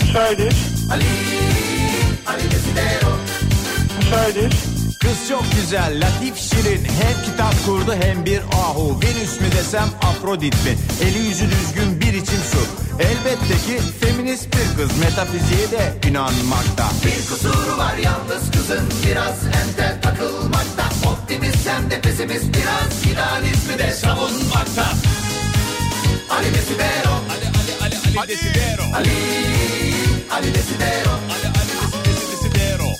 S4: Müsaitir. Müsaitir.
S11: Kız çok güzel, latif şirin. Hem kitap kurdu hem bir ahu. Venüs mü desem Afrodit mi? Eli yüzü düzgün bir içim su. Elbette ki feminist bir kız. Metafiziğe de inanmakta.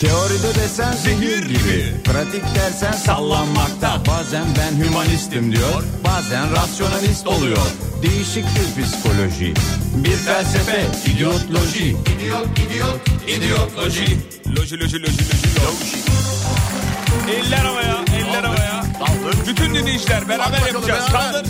S11: Teoride desen zehir gibi. Pratik dersen sallanmakta. Bazen ben hümanistim diyor. Bazen rasyonalist oluyor. Değişik bir psikoloji. Bir felsefe, idiotloji.
S5: Loji loji loji loji loji. Eller havaya, eller havaya. Bütün dinleyiciler beraber yapacağız. Kaldır.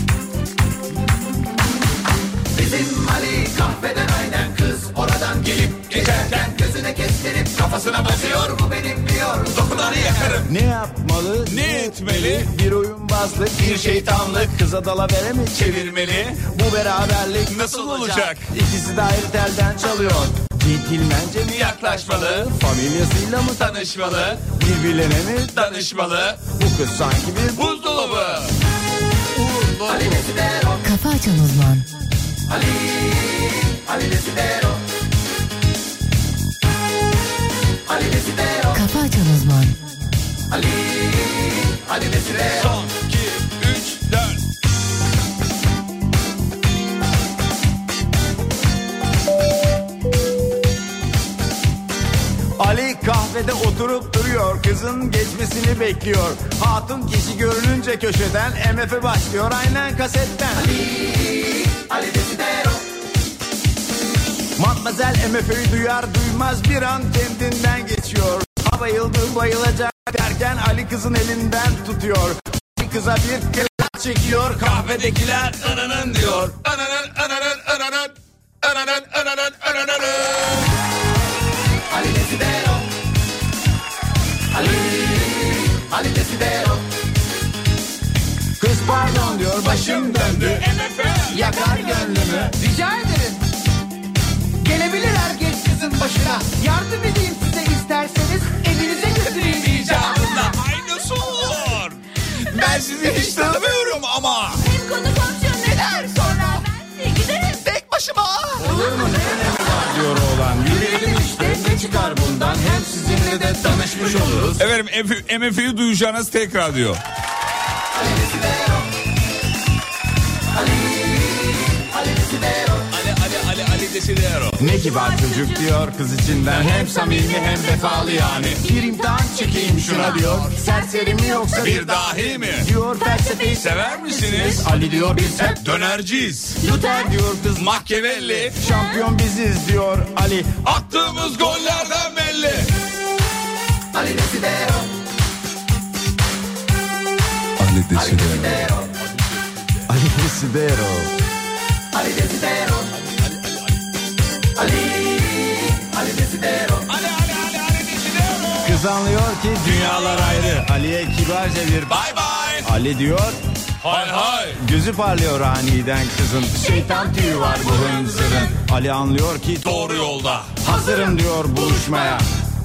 S11: Ne yapmalı?
S5: Ne etmeli?
S11: Bir oyunbazlık, bir şeytanlık. Kıza dalavere mi çevirmeli? Bu beraberlik
S5: Nasıl olacak?
S11: İkisi de ayrı telden çalıyor. Centilmence mi yaklaşmalı Familyasıyla mı tanışmalı Birbirlerine mi danışmalı Bu kız sanki bir buzdolabı Ali Desidero
S9: Kafa Açan Uzman
S11: Ali Ali Desidero Ali Desidero
S9: Kafa Açan Uzman
S11: Ali Ali Desidero Son 2 3 4 Ali kahvede oturup duruyor Kızın geçmesini bekliyor Hatun kişi görününce köşeden MF'e başlıyor aynen kasetten Ali, Ali Desidero Matmazel MF'yi duyar duymaz bir an kendinden geçiyor Ha bayıldı bayılacak derken Ali kızın elinden tutuyor Ali kıza bir kelak çekiyor Kahvedekiler ınının diyor Ananın ananın ananın Ananın ananın ananın Ali Desidero Ali Ali Desidero Kız pardon diyor başım döndü MF yakar gönlümü
S12: Rica ederim. Gelebilir erkek sizin başına. Yardım edeyim size isterseniz evinize götüreyim icabında.
S5: Aynısı olur. Ben sizi hiç tanımıyorum ama.
S1: Hem konu komşu ne der sonra? Ben giderim. Tek başıma.
S11: Olur mu diyor oğlan Yürüyelim işte ne çıkar bundan Hem sizinle de tanışmış oluruz
S5: Efendim MF'yi duyacağınız tekrar radyo.
S11: Ali Ali Ali Ali Desidero Ne kibar çocuk diyor kız içinden Hem samimi hem vefalı yani Bir imtihan çekeyim şuna diyor Serseri mi yoksa
S5: Bir dahi mi?
S11: Diyor felsefeyi
S5: Sever misiniz?
S11: Ali diyor biz hep
S5: Dönerciyiz.
S11: Luther diyor kız
S5: Machiavelli.
S11: Şampiyon biziz diyor Ali
S5: Attığımız gollerden belli.
S11: Ali Desidero
S5: Ali Desidero
S11: Ali Desidero Ali Desidero Ali Ali Desidero Ali Ali Ali Ali Desidero Kız anlıyor ki dünyalar ayrı Ali'ye kibarca bir
S5: bay bay
S11: Ali diyor
S5: Hay hay
S11: Gözü parlıyor aniden kızın Şeytan tüyü var bu hınzırın Ali anlıyor ki
S5: Doğru yolda
S11: Hazırım diyor buluşmaya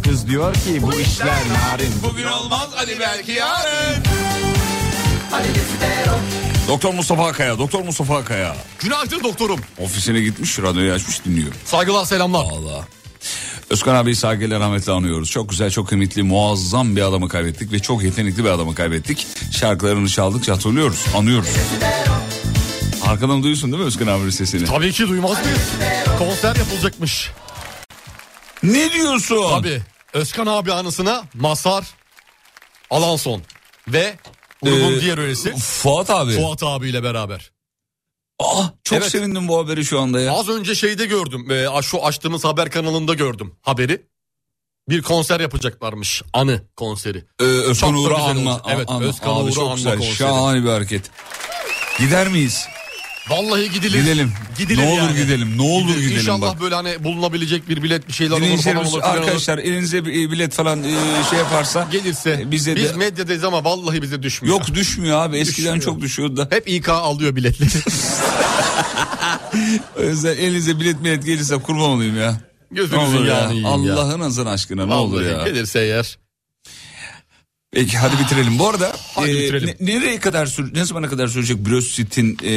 S11: Kız diyor ki bu işler narin
S5: Bugün olmaz Ali belki yarın.
S11: Ali Desidero
S5: Doktor Mustafa Akaya, Doktor Mustafa Akaya.
S6: Günaydın doktorum.
S5: Ofisine gitmiş, radyoyu açmış dinliyor.
S6: Saygılar selamlar.
S5: Allah. Özkan abiyi saygıyla rahmetle anıyoruz. Çok güzel, çok kıymetli, muazzam bir adamı kaybettik ve çok yetenekli bir adamı kaybettik. Şarkılarını çaldıkça hatırlıyoruz, anıyoruz. Arkadan duyuyorsun değil mi Özkan abinin sesini?
S6: Tabii ki duymaz mıyız? Konser yapılacakmış.
S5: Ne diyorsun?
S6: Tabii. Özkan abi anısına Masar, Alanson ve grubun
S5: Ee,
S6: diğer üyesi
S5: Fuat abi.
S6: Fuat abiyle beraber.
S5: Aa, çok sevindim bu haberi şu anda ya.
S6: Az önce şeyde gördüm. e, a- şu açtığımız haber kanalında gördüm haberi. Bir konser yapacaklarmış. Anı konseri.
S5: Ee, Özkan
S6: Çok da
S5: Uğur'u
S6: güzel
S5: anma.
S6: olacak. Evet
S5: anma.
S6: Özkan
S5: Abi
S6: Uğur'u
S5: çok
S6: anma
S5: güzel,
S6: konseri.
S5: Şahane bir hareket. Gider miyiz?
S6: Vallahi gidilir.
S5: Gidelim.
S6: Gidilir
S5: Ne olur
S6: yani.
S5: gidelim, ne olur gidelim
S6: İnşallah
S5: bak.
S6: böyle hani bulunabilecek bir bilet bir şeyler olur falan
S5: Dinleyicilerimiz
S6: olur. filan olur.
S5: arkadaşlar elinize bir bilet falan e, şey yaparsa
S6: gelirse
S5: e, bize de
S6: biz medyadayız ama vallahi bize düşmüyor.
S5: yok düşmüyor abi eskiden
S6: Düşmüyor.
S5: çok düşüyordu da.
S6: Hep İK alıyor biletleri.
S5: O yüzden elinize bilet bilet gelirse kurban olayım ya. Ne
S6: Gözünüzün
S5: olur ya.
S6: yani yiyin ya.
S5: Allah'ın azına aşkına ne
S6: Vallahi
S5: olur ya.
S6: Gelirse eğer.
S5: Peki hadi bitirelim. Bu arada
S6: Hadi
S5: e,
S6: bitirelim.
S5: ne- nereye kadar sür ne zamana kadar sürecek Brosit'in e,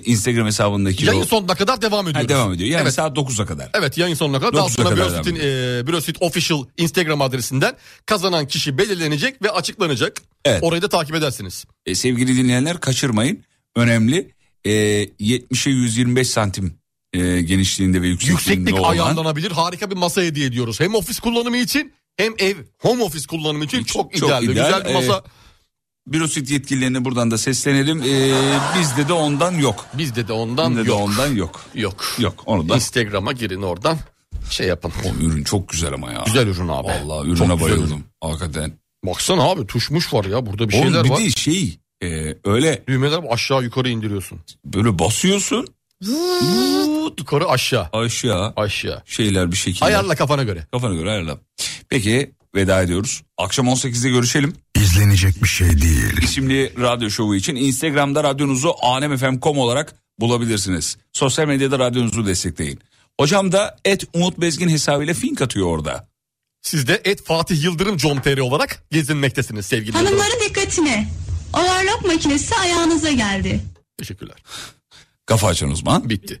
S5: Instagram hesabındaki
S6: Yayın
S5: o-
S6: sonuna kadar devam
S5: Ha,
S6: ediyoruz.
S5: devam ediyor. Yani
S6: evet.
S5: saat 9'a kadar.
S6: Evet yayın sonuna kadar. Daha
S5: Dokuza
S6: sonra
S5: kadar
S6: Brosit'in e, Brosit Official Instagram adresinden kazanan kişi belirlenecek ve açıklanacak.
S5: Evet.
S6: Orayı da takip edersiniz.
S5: E, sevgili dinleyenler kaçırmayın. Önemli. E, 70'e 125 santim e, genişliğinde ve yüksekliğinde
S6: Yükseklik
S5: olan.
S6: ayarlanabilir. Harika bir masa hediye ediyoruz. Hem ofis kullanımı için hem ev home office kullanımı için çok, ideal. ve Güzel bir
S5: E,
S6: masa
S5: Bürosit yetkililerine buradan da seslenelim. E, bizde de ondan yok.
S6: bizde de ondan
S5: Bizde de
S6: yok.
S5: ondan yok.
S6: Yok.
S5: Yok onu da.
S6: Instagram'a girin oradan şey yapın.
S5: O ürün çok güzel ama ya.
S6: Güzel ürün abi.
S5: Vallahi
S6: Çok
S5: ürüne
S6: güzel
S5: bayıldım.
S6: ürün.
S5: Hakikaten.
S6: Baksana abi tuşmuş var ya burada bir
S5: Oğlum
S6: şeyler
S5: bir
S6: var.
S5: de şey e, öyle
S6: Düğmeler aşağı yukarı indiriyorsun.
S5: böyle basıyorsun
S6: Vuuu, yukarı aşağı.
S5: aşağı
S6: Aşağı.
S5: şeyler bir şekilde.
S6: Ayarla kafana göre.
S5: Kafana göre ayarla. Peki veda ediyoruz. Akşam 18'de görüşelim.
S13: İzlenecek bir şey değil.
S5: İsimli radyo şovu için Instagram'da radyonuzu alemfm.com olarak bulabilirsiniz. Sosyal medyada radyonuzu destekleyin. Hocam da et Umut Bezgin hesabıyla fink atıyor orada.
S6: Siz de et Fatih Yıldırım com.tr olarak gezinmektesiniz sevgili dostlar.
S8: Hanımların dikkatine. Overlock makinesi ayağınıza geldi.
S6: Teşekkürler.
S5: Kafa açan uzman.
S6: Bitti.